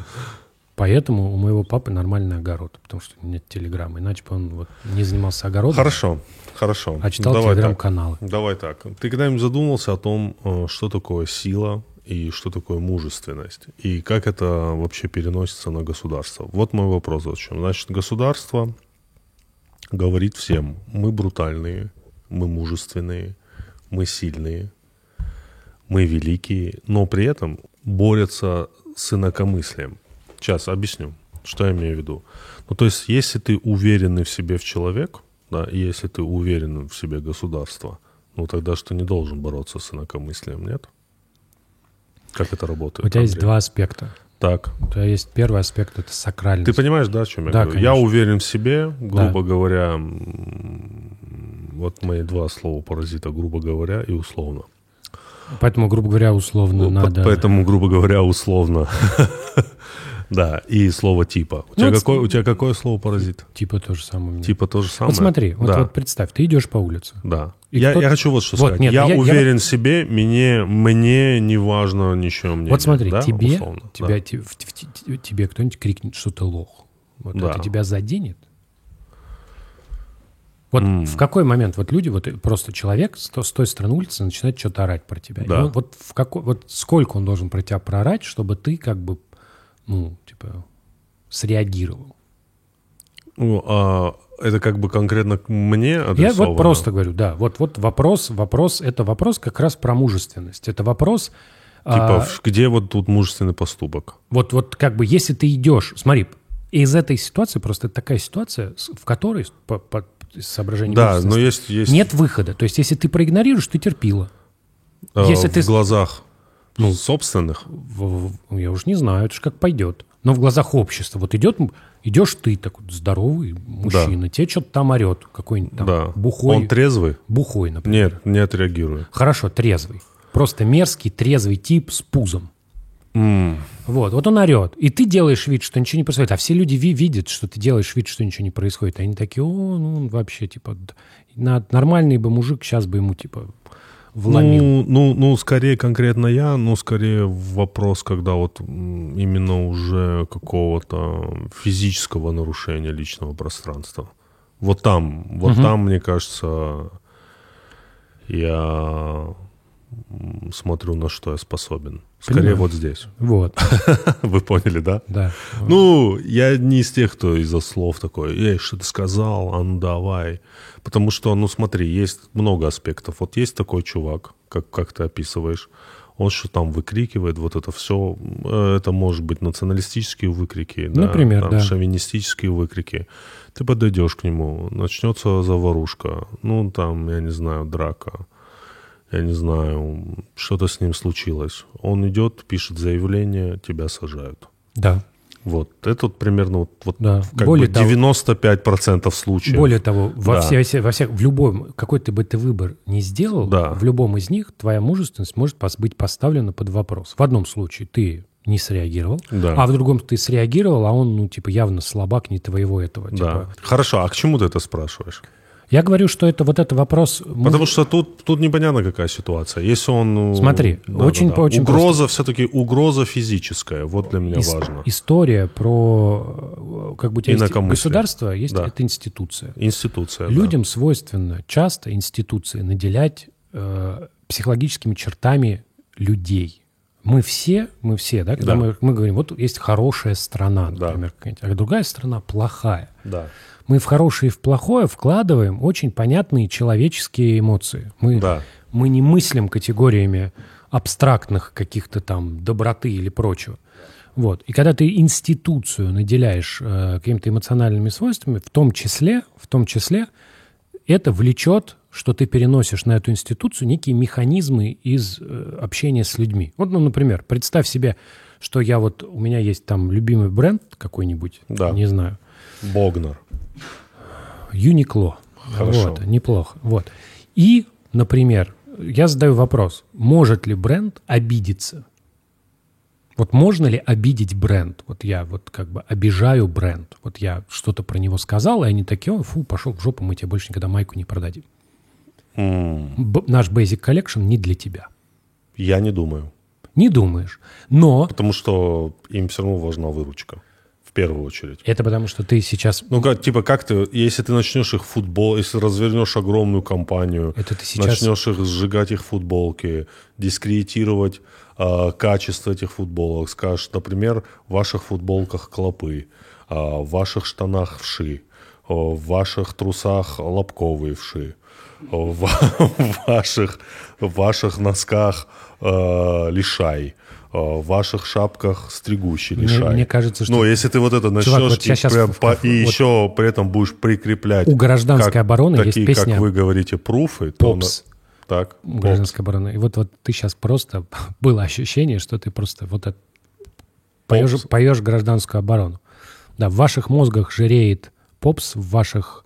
[SPEAKER 1] Поэтому у моего папы нормальный огород, потому что нет телеграммы. Иначе бы он вот не занимался огородом,
[SPEAKER 2] Хорошо, хорошо.
[SPEAKER 1] Ну а читал
[SPEAKER 2] Давай так.
[SPEAKER 1] телеграм-каналы.
[SPEAKER 2] Давай так. Ты когда-нибудь задумался о том, э, что такое сила и что такое мужественность? И как это вообще переносится на государство? Вот мой вопрос вот в чем. Значит, государство говорит всем, мы брутальные, мы мужественные, мы сильные, мы великие, но при этом борется с инакомыслием. Сейчас объясню, что я имею в виду. Ну, то есть, если ты уверенный в себе в человек, да, и если ты уверен в себе государство, ну, тогда что ты не должен бороться с инакомыслием, нет? Как это работает?
[SPEAKER 1] У тебя есть два аспекта.
[SPEAKER 2] Так.
[SPEAKER 1] У тебя есть первый аспект, это сакральность.
[SPEAKER 2] Ты понимаешь, да, о чем я
[SPEAKER 1] Да,
[SPEAKER 2] говорю? Я
[SPEAKER 1] конечно.
[SPEAKER 2] уверен в себе, грубо
[SPEAKER 1] Да.
[SPEAKER 2] говоря, м, вот мои два слова паразита, грубо говоря, и условно.
[SPEAKER 1] Поэтому, грубо говоря, условно
[SPEAKER 2] Ну, по-
[SPEAKER 1] надо...
[SPEAKER 2] Поэтому, грубо говоря, условно. [LAUGHS] Да, и слово типа. У тебя
[SPEAKER 1] это-
[SPEAKER 2] какое- у тебя какое слово паразит?
[SPEAKER 1] Типа то же самое. у меня.
[SPEAKER 2] Типа то же самое.
[SPEAKER 1] Вот смотри, вот,
[SPEAKER 2] Да,
[SPEAKER 1] вот представь, ты идешь по улице.
[SPEAKER 2] Да.
[SPEAKER 1] И
[SPEAKER 2] Я,
[SPEAKER 1] кто-
[SPEAKER 2] я хочу вот что
[SPEAKER 1] Вот,
[SPEAKER 2] сказать.
[SPEAKER 1] нет,
[SPEAKER 2] я,
[SPEAKER 1] я- я-
[SPEAKER 2] уверен в себе, мне, мне не важно ничего мне.
[SPEAKER 1] вот смотри,
[SPEAKER 2] да,
[SPEAKER 1] тебе,
[SPEAKER 2] условно,
[SPEAKER 1] тебя,
[SPEAKER 2] да.
[SPEAKER 1] те- в- в- те- тебе кто-нибудь крикнет, что ты лох. Вот
[SPEAKER 2] Да.
[SPEAKER 1] это тебя заденет. Вот
[SPEAKER 2] М.
[SPEAKER 1] в какой момент вот люди, вот просто человек с, то- с той стороны улицы начинает что-то орать про тебя. И
[SPEAKER 2] Да.
[SPEAKER 1] он вот, в какой, вот сколько он должен про тебя проорать, чтобы ты как бы, ну, типа, среагировал?
[SPEAKER 2] Ну, а это как бы конкретно к мне
[SPEAKER 1] Я
[SPEAKER 2] адресовано?
[SPEAKER 1] вот просто говорю, да, вот, вот вопрос, вопрос, это вопрос как раз про мужественность. Это вопрос...
[SPEAKER 2] Типа,
[SPEAKER 1] а,
[SPEAKER 2] в- где вот тут мужественный поступок?
[SPEAKER 1] Вот, вот как бы, если ты идешь, смотри, из этой ситуации просто такая ситуация, с- в которой по, по соображению
[SPEAKER 2] Да, но есть... есть
[SPEAKER 1] нет выхода. То есть, если ты проигнорируешь, ты терпила.
[SPEAKER 2] э,
[SPEAKER 1] если
[SPEAKER 2] в
[SPEAKER 1] ты-
[SPEAKER 2] глазах ну, собственных.
[SPEAKER 1] В- в- ну, я уж не знаю, это же как пойдет. Но в глазах общества вот идет, м- идешь ты такой здоровый мужчина, тебе что-то там орет, какой-нибудь там
[SPEAKER 2] да.
[SPEAKER 1] бухой,
[SPEAKER 2] Он трезвый?
[SPEAKER 1] бухой, например.
[SPEAKER 2] Нет, не отреагирует.
[SPEAKER 1] Хорошо, трезвый. Просто мерзкий, трезвый тип с пузом. Вот, вот он орет. И ты делаешь вид, что ничего не происходит. А все люди ви- видят, что ты делаешь вид, что ничего не происходит. Они такие, о, ну он вообще, типа, д- на- нормальный бы мужик сейчас бы ему, типа, вломил.
[SPEAKER 2] Ну, ну, ну, скорее конкретно я, ну, скорее вопрос, когда вот м, именно уже какого-то физического нарушения личного пространства. Вот там, вот
[SPEAKER 1] Мгм.
[SPEAKER 2] там, мне кажется, я м, смотрю, на что я способен. Скорее
[SPEAKER 1] Понимаю.
[SPEAKER 2] вот здесь. [LAUGHS]
[SPEAKER 1] Вот, [LAUGHS]
[SPEAKER 2] Вы поняли, да?
[SPEAKER 1] да.
[SPEAKER 2] Ну, я не из тех, кто из-за слов такой, эй, что ты сказал, а ну давай. Потому что, ну смотри, есть много аспектов. Вот есть такой чувак, как, как ты описываешь, он что там выкрикивает, вот это все, э, это может быть националистические выкрики, да,
[SPEAKER 1] Например,
[SPEAKER 2] там
[SPEAKER 1] да.
[SPEAKER 2] шовинистические выкрики. Ты подойдешь к нему, начнется заварушка, ну там, я не знаю, драка, я не знаю, что-то с ним случилось. Он идет, пишет заявление, тебя сажают.
[SPEAKER 1] Да,
[SPEAKER 2] Вот, это вот примерно вот, вот
[SPEAKER 1] Да.
[SPEAKER 2] как
[SPEAKER 1] Более
[SPEAKER 2] бы
[SPEAKER 1] того-
[SPEAKER 2] 95% случаев.
[SPEAKER 1] Более того, во,
[SPEAKER 2] Да.
[SPEAKER 1] все, во, все- во всех, в любом, какой ты бы ты выбор не сделал,
[SPEAKER 2] Да.
[SPEAKER 1] в любом из них твоя мужественность может пос- быть поставлена под вопрос. В одном случае ты не среагировал,
[SPEAKER 2] Да.
[SPEAKER 1] а в другом ты среагировал, а он, ну, типа, явно слабак не твоего этого.
[SPEAKER 2] Да.
[SPEAKER 1] типа.
[SPEAKER 2] Хорошо, а к чему ты это спрашиваешь?
[SPEAKER 1] Я говорю, что это вот это вопрос... муж-
[SPEAKER 2] Потому что тут, тут непонятно, какая ситуация. Если он... ну,
[SPEAKER 1] Смотри, очень- очень
[SPEAKER 2] Угроза все-таки, угроза физическая. Вот для меня
[SPEAKER 1] Ис-
[SPEAKER 2] важно.
[SPEAKER 1] История про э, как бы у тебя есть
[SPEAKER 2] Инакомыслие.
[SPEAKER 1] государство, а есть
[SPEAKER 2] Да.
[SPEAKER 1] это институция.
[SPEAKER 2] Институция. да.
[SPEAKER 1] Людям свойственно часто институции наделять э, психологическими чертами людей. Мы все, мы все, да, когда
[SPEAKER 2] Да.
[SPEAKER 1] Мы, мы говорим, вот есть хорошая страна,
[SPEAKER 2] Да.
[SPEAKER 1] например, какая-нибудь, а другая страна плохая.
[SPEAKER 2] Да.
[SPEAKER 1] Мы в хорошее и в плохое вкладываем очень понятные человеческие эмоции. Мы,
[SPEAKER 2] Да.
[SPEAKER 1] мы не мыслим категориями абстрактных каких-то там доброты или прочего. Вот. И когда ты институцию наделяешь э, какими-то эмоциональными свойствами, в том числе, в том числе, это влечет, что ты переносишь на эту институцию некие механизмы из э, общения с людьми. Вот, ну, например, представь себе, что я вот, у меня есть там любимый бренд какой-нибудь,
[SPEAKER 2] Да.
[SPEAKER 1] не знаю,
[SPEAKER 2] Богнер.
[SPEAKER 1] Юникло.
[SPEAKER 2] Хорошо.
[SPEAKER 1] Вот, неплохо. Вот. И, например, я задаю вопрос, может ли бренд обидеться? Вот можно ли обидеть бренд? Вот я вот как бы обижаю бренд. Вот я что-то про него сказал, и они такие, «Ой, фу, пошел в жопу, мы тебе больше никогда майку не продадим.
[SPEAKER 2] М,
[SPEAKER 1] Б- наш Basic Collection не для тебя.
[SPEAKER 2] Я не думаю.
[SPEAKER 1] Не думаешь. Но
[SPEAKER 2] Потому что им все равно важна выручка. В первую очередь.
[SPEAKER 1] это потому, что ты сейчас...
[SPEAKER 2] Ну, как, типа, как ты, если ты начнешь их футбол, если развернешь огромную компанию,
[SPEAKER 1] Это ты сейчас-
[SPEAKER 2] начнешь их сжигать их футболки, дискредитировать э, качество этих футболок, скажешь, например, в ваших футболках клопы, а в ваших штанах вши, э, в ваших трусах лобковые вши, э, в, [LAUGHS] ва- в ваших, в ваших носках э, а, лишай, э, в ваших шапках стригущий
[SPEAKER 1] Мне-
[SPEAKER 2] лишай.
[SPEAKER 1] мне кажется, что-
[SPEAKER 2] Ну, если ты вот это начнешь
[SPEAKER 1] Чувак, вот
[SPEAKER 2] и,
[SPEAKER 1] щас- щас
[SPEAKER 2] прям
[SPEAKER 1] в-
[SPEAKER 2] по-
[SPEAKER 1] в-
[SPEAKER 2] и
[SPEAKER 1] вот-
[SPEAKER 2] еще при этом будешь прикреплять...
[SPEAKER 1] У гражданской
[SPEAKER 2] как-
[SPEAKER 1] обороны есть
[SPEAKER 2] такие,
[SPEAKER 1] песня
[SPEAKER 2] как вы говорите, пруфы. то
[SPEAKER 1] «Попс».
[SPEAKER 2] на- Так, «Попс».
[SPEAKER 1] гражданской обороны. И вот, вот ты сейчас просто... [LAUGHS] Было ощущение, что ты просто вот это... Поешь,
[SPEAKER 2] Попс.
[SPEAKER 1] поешь гражданскую оборону. Да, в ваших мозгах жиреет попс, в ваших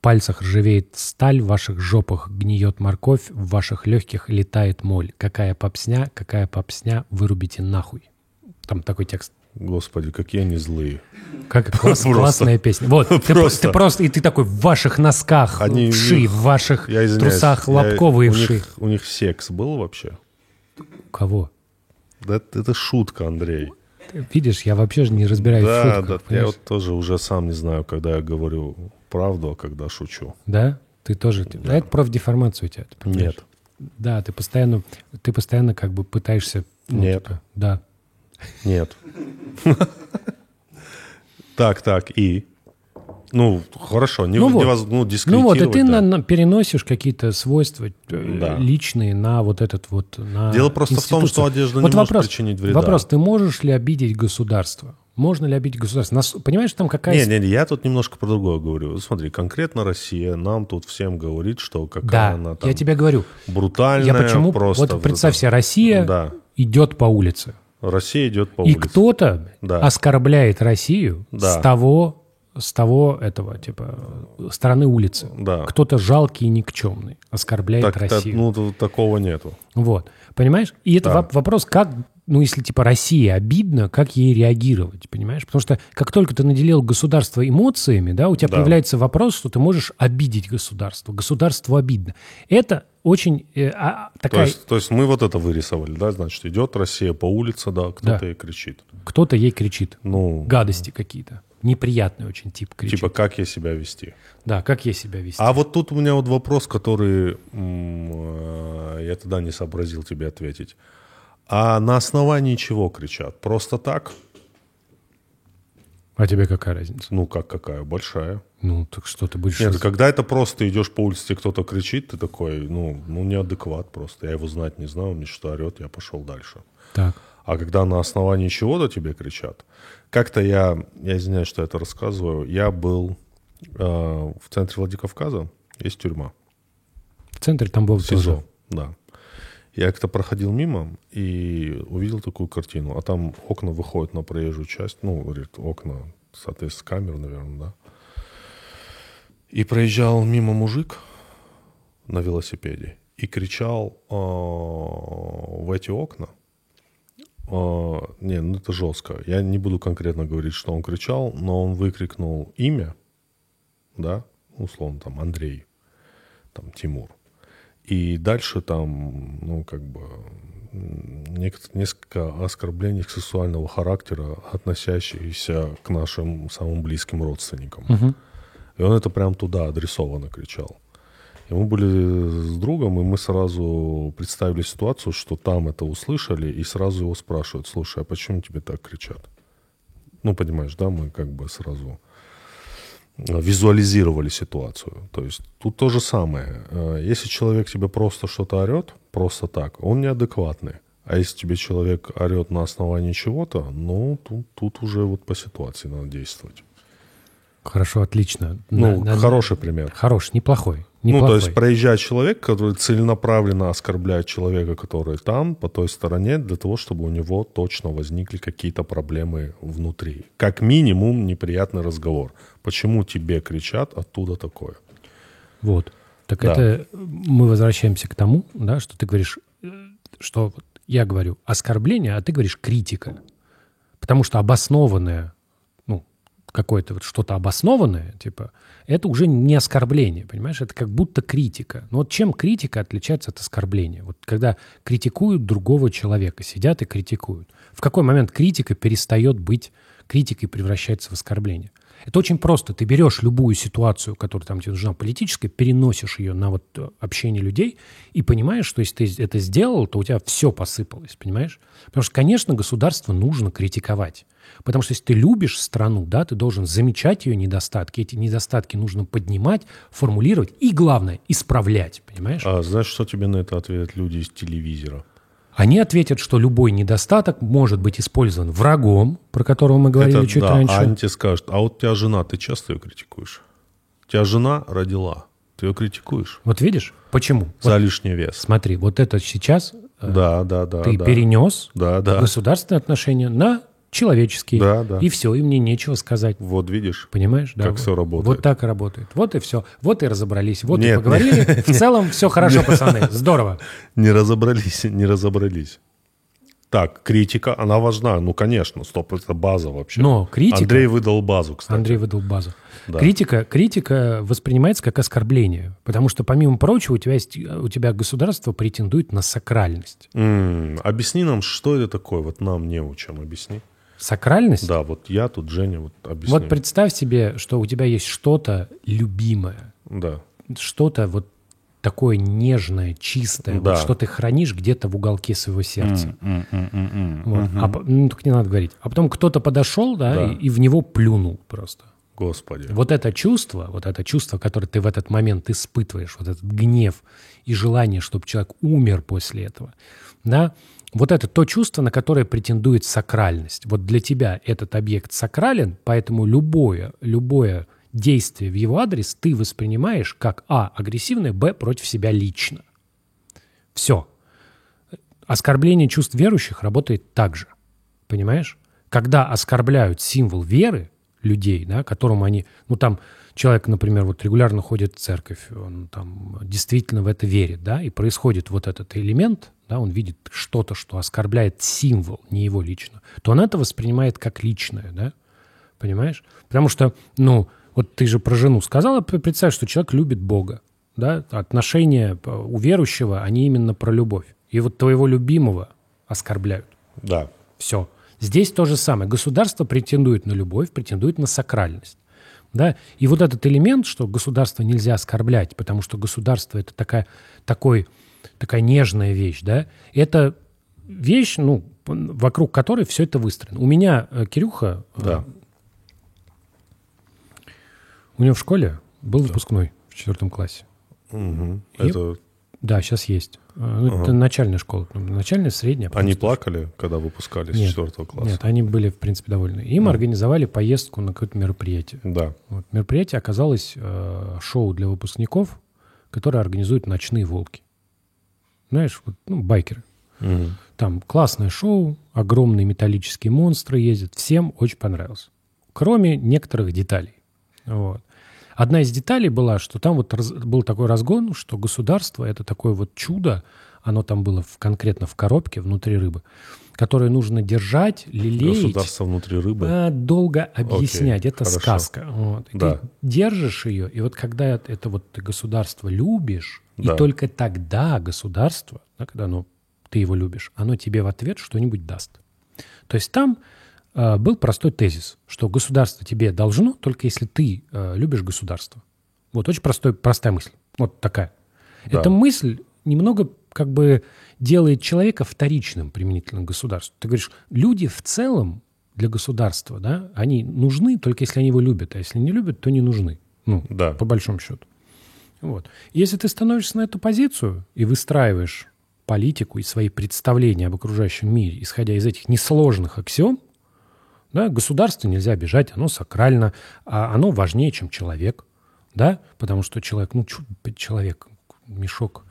[SPEAKER 1] пальцах ржавеет сталь, в ваших жопах гниет морковь, в ваших легких летает моль. Какая попсня, какая попсня, вырубите нахуй. Там такой текст.
[SPEAKER 2] Господи, какие они злые. [LAUGHS]
[SPEAKER 1] Как класс-
[SPEAKER 2] Просто.
[SPEAKER 1] классная песня. Вот, ты про-
[SPEAKER 2] Просто.
[SPEAKER 1] ты просто, и ты такой в ваших носках
[SPEAKER 2] Они- у
[SPEAKER 1] вши,
[SPEAKER 2] них-
[SPEAKER 1] в ваших
[SPEAKER 2] Я извиняюсь.
[SPEAKER 1] трусах
[SPEAKER 2] я-
[SPEAKER 1] лобковые
[SPEAKER 2] у
[SPEAKER 1] вши.
[SPEAKER 2] них, у них секс был вообще?
[SPEAKER 1] Кого?
[SPEAKER 2] Да это, это шутка, Андрей.
[SPEAKER 1] Видишь, я вообще же не разбираюсь в
[SPEAKER 2] да,
[SPEAKER 1] шутках.
[SPEAKER 2] да. Я
[SPEAKER 1] понимаешь?
[SPEAKER 2] вот тоже уже сам не знаю, когда я говорю правду, а когда шучу.
[SPEAKER 1] Да? Ты тоже... ты- Да. Это профдеформация у тебя. ты понимаешь?
[SPEAKER 2] Нет.
[SPEAKER 1] Да, ты постоянно, ты постоянно как бы пытаешься... ну,
[SPEAKER 2] Нет.
[SPEAKER 1] типа, да.
[SPEAKER 2] Нет. [LAUGHS] Так, так, и. Ну, хорошо, не,
[SPEAKER 1] Ну
[SPEAKER 2] не
[SPEAKER 1] вот.
[SPEAKER 2] воз- ну,
[SPEAKER 1] Ну вот, и
[SPEAKER 2] дискредитировать,
[SPEAKER 1] ты
[SPEAKER 2] да.
[SPEAKER 1] на- на- переносишь какие-то свойства э,
[SPEAKER 2] Да.
[SPEAKER 1] личные на вот этот вот... на
[SPEAKER 2] Дело просто в том,
[SPEAKER 1] институцию.
[SPEAKER 2] что одежда не
[SPEAKER 1] Вот
[SPEAKER 2] может
[SPEAKER 1] вопрос,
[SPEAKER 2] причинить вреда.
[SPEAKER 1] Вопрос, ты можешь ли обидеть государство? Можно ли обидеть государство? Нас- понимаешь, там какая...
[SPEAKER 2] Не, не, не, я тут немножко про другое говорю. Смотри, конкретно Россия нам тут всем говорит, что какая
[SPEAKER 1] Да,
[SPEAKER 2] она там
[SPEAKER 1] я тебе говорю.
[SPEAKER 2] брутальная,
[SPEAKER 1] Я почему...
[SPEAKER 2] просто.
[SPEAKER 1] вот представь
[SPEAKER 2] это-
[SPEAKER 1] себе, Россия
[SPEAKER 2] Да.
[SPEAKER 1] идет по улице.
[SPEAKER 2] Россия идет по
[SPEAKER 1] И
[SPEAKER 2] улице.
[SPEAKER 1] кто-то
[SPEAKER 2] Да.
[SPEAKER 1] оскорбляет Россию
[SPEAKER 2] Да.
[SPEAKER 1] с того, с того этого, типа, стороны улицы.
[SPEAKER 2] Да.
[SPEAKER 1] Кто-то жалкий и никчемный оскорбляет
[SPEAKER 2] Так, так,
[SPEAKER 1] Россию.
[SPEAKER 2] ну, тут такого нету.
[SPEAKER 1] Вот. Понимаешь? И это воп- вопрос, как, ну, если, типа, Россия обидна, как ей реагировать, понимаешь? Потому что как только ты наделил государство эмоциями, да, у тебя
[SPEAKER 2] Да.
[SPEAKER 1] появляется вопрос, что ты можешь обидеть государство. Государство обидно. Это очень э, а- а,
[SPEAKER 2] То
[SPEAKER 1] такая...
[SPEAKER 2] есть, то есть мы вот это вырисовали, да, значит, идет Россия по улице, да, кто-то
[SPEAKER 1] Да.
[SPEAKER 2] и кричит.
[SPEAKER 1] Кто-то ей кричит.
[SPEAKER 2] Ну,
[SPEAKER 1] Гадости какие-то. Неприятный очень тип кричит.
[SPEAKER 2] типа, как я себя вести?
[SPEAKER 1] Да, как я себя вести?
[SPEAKER 2] А вот тут у меня вот вопрос, который м, э, я тогда не сообразил тебе ответить. А на основании чего кричат? Просто так?
[SPEAKER 1] А тебе какая разница?
[SPEAKER 2] Ну, как какая? Большая.
[SPEAKER 1] Ну, так что ты будешь...
[SPEAKER 2] Нет,
[SPEAKER 1] раз-
[SPEAKER 2] когда это просто идешь по улице, и кто-то кричит, ты такой, ну, ну, неадекват просто. Я его знать не знаю, он мне что-то орет, я пошел дальше.
[SPEAKER 1] Так.
[SPEAKER 2] А когда на основании чего-то тебе кричат. Как-то я, я извиняюсь, что я это рассказываю, я был э, в центре Владикавказа, есть тюрьма.
[SPEAKER 1] В центре Тамбова
[SPEAKER 2] СИЗО,
[SPEAKER 1] тоже.
[SPEAKER 2] да. Я как-то проходил мимо и увидел такую картину. А там окна выходят на проезжую часть. Ну, говорит, окна, соответственно, с камер, наверное, да. И проезжал мимо мужик на велосипеде и кричал э, в эти окна. Э, не, ну это жестко. Я не буду конкретно говорить, что он кричал, но он выкрикнул имя, да, условно там Андрей, там Тимур. И дальше там, ну, как бы, м, нек- несколько оскорблений сексуального характера, относящихся к нашим самым близким родственникам. И он это прям туда адресованно кричал. И мы были с другом, и мы сразу представили ситуацию, что там это услышали, и сразу его спрашивают, слушай, а почему тебе так кричат? Ну, понимаешь, да, мы как бы сразу э, визуализировали ситуацию. То есть тут то же самое. Э, Если человек тебе просто что-то орет, просто так, он неадекватный. А если тебе человек орет на основании чего-то, ну, тут, тут уже вот по ситуации надо действовать.
[SPEAKER 1] Хорошо, отлично.
[SPEAKER 2] Ну,
[SPEAKER 1] На- на-
[SPEAKER 2] хороший пример.
[SPEAKER 1] Хорош, неплохой.
[SPEAKER 2] Ну, то
[SPEAKER 1] неплохой.
[SPEAKER 2] есть проезжает человек, который целенаправленно оскорбляет человека, который там, по той стороне, для того, чтобы у него точно возникли какие-то проблемы внутри. Как минимум неприятный разговор. Почему тебе кричат оттуда такое?
[SPEAKER 1] Вот. Так
[SPEAKER 2] Да.
[SPEAKER 1] это мы возвращаемся к тому, да, что ты говоришь, э, что вот я говорю оскорбление, а ты говоришь критика. Потому что обоснованное, ну, какое-то вот что-то обоснованное, типа, это уже не оскорбление, понимаешь? Это как будто критика. Но вот чем критика отличается от оскорбления? Вот когда критикуют другого человека, сидят и критикуют. В какой момент критика перестает быть критикой, и превращается в оскорбление? Это очень просто. Ты берешь любую ситуацию, которая там тебе нужна политическая, переносишь ее на вот э, общение людей и понимаешь, что если ты это сделал, то у тебя все посыпалось, понимаешь? Потому что, конечно, государство нужно критиковать. Потому что если ты любишь страну, да, ты должен замечать ее недостатки. Эти недостатки нужно поднимать, формулировать и, главное, исправлять, понимаешь?
[SPEAKER 2] А знаешь, что тебе на это ответят люди из телевизора?
[SPEAKER 1] Они ответят, что любой недостаток может быть использован врагом, про которого мы говорили
[SPEAKER 2] Это,
[SPEAKER 1] чуть
[SPEAKER 2] да,
[SPEAKER 1] раньше.
[SPEAKER 2] А они тебе скажут, а вот тебя жена, ты часто ее критикуешь? Тебя жена родила, ты ее критикуешь
[SPEAKER 1] Вот видишь, почему? Вот
[SPEAKER 2] за лишний вес.
[SPEAKER 1] смотри, вот это сейчас э,
[SPEAKER 2] Да, да, да.
[SPEAKER 1] ты
[SPEAKER 2] да.
[SPEAKER 1] перенес
[SPEAKER 2] Да, да.
[SPEAKER 1] государственные отношения на человеческие.
[SPEAKER 2] Да, да.
[SPEAKER 1] И все, и мне нечего сказать.
[SPEAKER 2] Вот видишь.
[SPEAKER 1] Понимаешь?
[SPEAKER 2] Как всё работает.
[SPEAKER 1] Вот так и работает. Вот и все. Вот и разобрались. Вот и
[SPEAKER 2] Нет,
[SPEAKER 1] поговорили. В целом все хорошо, пацаны. Здорово.
[SPEAKER 2] Не разобрались, не разобрались. Так, критика, она важна, ну, конечно, стоп, это база вообще.
[SPEAKER 1] Но Ну, критика-
[SPEAKER 2] Андрей выдал базу, кстати.
[SPEAKER 1] Андрей выдал базу.
[SPEAKER 2] Да.
[SPEAKER 1] Критика, критика воспринимается как оскорбление, потому что, помимо прочего, у тебя, есть, у тебя государство претендует на сакральность.
[SPEAKER 2] М, объясни нам, что это такое, вот нам не учим, объясни.
[SPEAKER 1] Сакральность?
[SPEAKER 2] Да, вот я тут, Женя, вот объясни.
[SPEAKER 1] Вот представь себе, что у тебя есть что-то любимое,
[SPEAKER 2] Да.
[SPEAKER 1] что-то вот такое нежное, чистое, вот
[SPEAKER 2] Да.
[SPEAKER 1] что ты хранишь где-то в уголке своего сердца. Вот. А по- ну, так не надо говорить. А потом кто-то подошел, да,
[SPEAKER 2] Да.
[SPEAKER 1] И, и в него плюнул просто.
[SPEAKER 2] Господи.
[SPEAKER 1] Вот это чувство, вот это чувство, которое ты в этот момент испытываешь, вот этот гнев и желание, чтобы человек умер после этого, да, вот это то чувство, на которое претендует сакральность. Вот для тебя этот объект сакрален, поэтому любое, любое действие в его адрес ты воспринимаешь как а. агрессивное, б. против себя лично. Все. Оскорбление чувств верующих работает так же. Понимаешь? Когда оскорбляют символ веры людей, да, которому они... Ну, там человек, например, вот регулярно ходит в церковь, он там действительно в это верит, да, и происходит вот этот элемент, да, он видит что-то, что оскорбляет символ, не его лично, то он это воспринимает как личное, да, понимаешь? Потому что, ну, вот ты же про жену сказала, п- представь, что человек любит Бога, да, отношения э, у верующего, они именно про любовь. И вот твоего любимого оскорбляют.
[SPEAKER 2] Да.
[SPEAKER 1] Все. Здесь то же самое. Государство претендует на любовь, претендует на сакральность. Да? И вот этот элемент, что государство нельзя оскорблять, потому что государство – это такая, такой, такая нежная вещь, да? это вещь, ну, п- вокруг которой все это выстроено. У меня э, Кирюха, э,
[SPEAKER 2] Да.
[SPEAKER 1] у него в школе был выпускной в четвертом классе.
[SPEAKER 2] Мгм.
[SPEAKER 1] А. И-
[SPEAKER 2] Это
[SPEAKER 1] Да, сейчас есть. Э, ну, Это начальная школа. ну, Начальная, средняя.
[SPEAKER 2] они
[SPEAKER 1] плакали?
[SPEAKER 2] плакали, когда выпускались
[SPEAKER 1] Нет.
[SPEAKER 2] с 4 класса?
[SPEAKER 1] Нет, они были, в принципе, довольны. Им организовали поездку на какое-то мероприятие.
[SPEAKER 2] Да.
[SPEAKER 1] Вот. Мероприятие оказалось э, шоу для выпускников, которое организуют ночные волки. Знаешь, вот, ну, байкеры.
[SPEAKER 2] Мгм.
[SPEAKER 1] Там классное шоу, огромные металлические монстры ездят. Всем очень понравилось. Кроме некоторых деталей. Вот. Одна из деталей была, что там вот раз- был такой разгон, что государство — это такое вот чудо, оно там было в, конкретно в коробке внутри рыбы, которое нужно держать, лелеять.
[SPEAKER 2] Государство внутри рыбы.
[SPEAKER 1] А, долго объяснять. это
[SPEAKER 2] хорошо.
[SPEAKER 1] сказка. Вот. И
[SPEAKER 2] Да.
[SPEAKER 1] Ты держишь ее, и вот когда это- это вот ты государство любишь,
[SPEAKER 2] Да.
[SPEAKER 1] и только тогда государство, да, когда оно, ты его любишь, оно тебе в ответ что-нибудь даст. То есть там э, был простой тезис, что государство тебе должно, только если ты э, любишь государство. Вот очень простой, простая мысль. Вот такая.
[SPEAKER 2] Да.
[SPEAKER 1] Эта мысль немного как бы делает человека вторичным применительно к государству. Ты говоришь, люди в целом для государства, да, они нужны только если они его любят, а если не любят, то не нужны. Ну,
[SPEAKER 2] Да.
[SPEAKER 1] по большому счету. Вот. Если ты становишься на эту позицию и выстраиваешь политику и свои представления об окружающем мире, исходя из этих несложных аксиом, да, государство нельзя обижать, оно сакрально, а оно важнее, чем человек, да, потому что человек, ну, чё, блядь, человек, мешок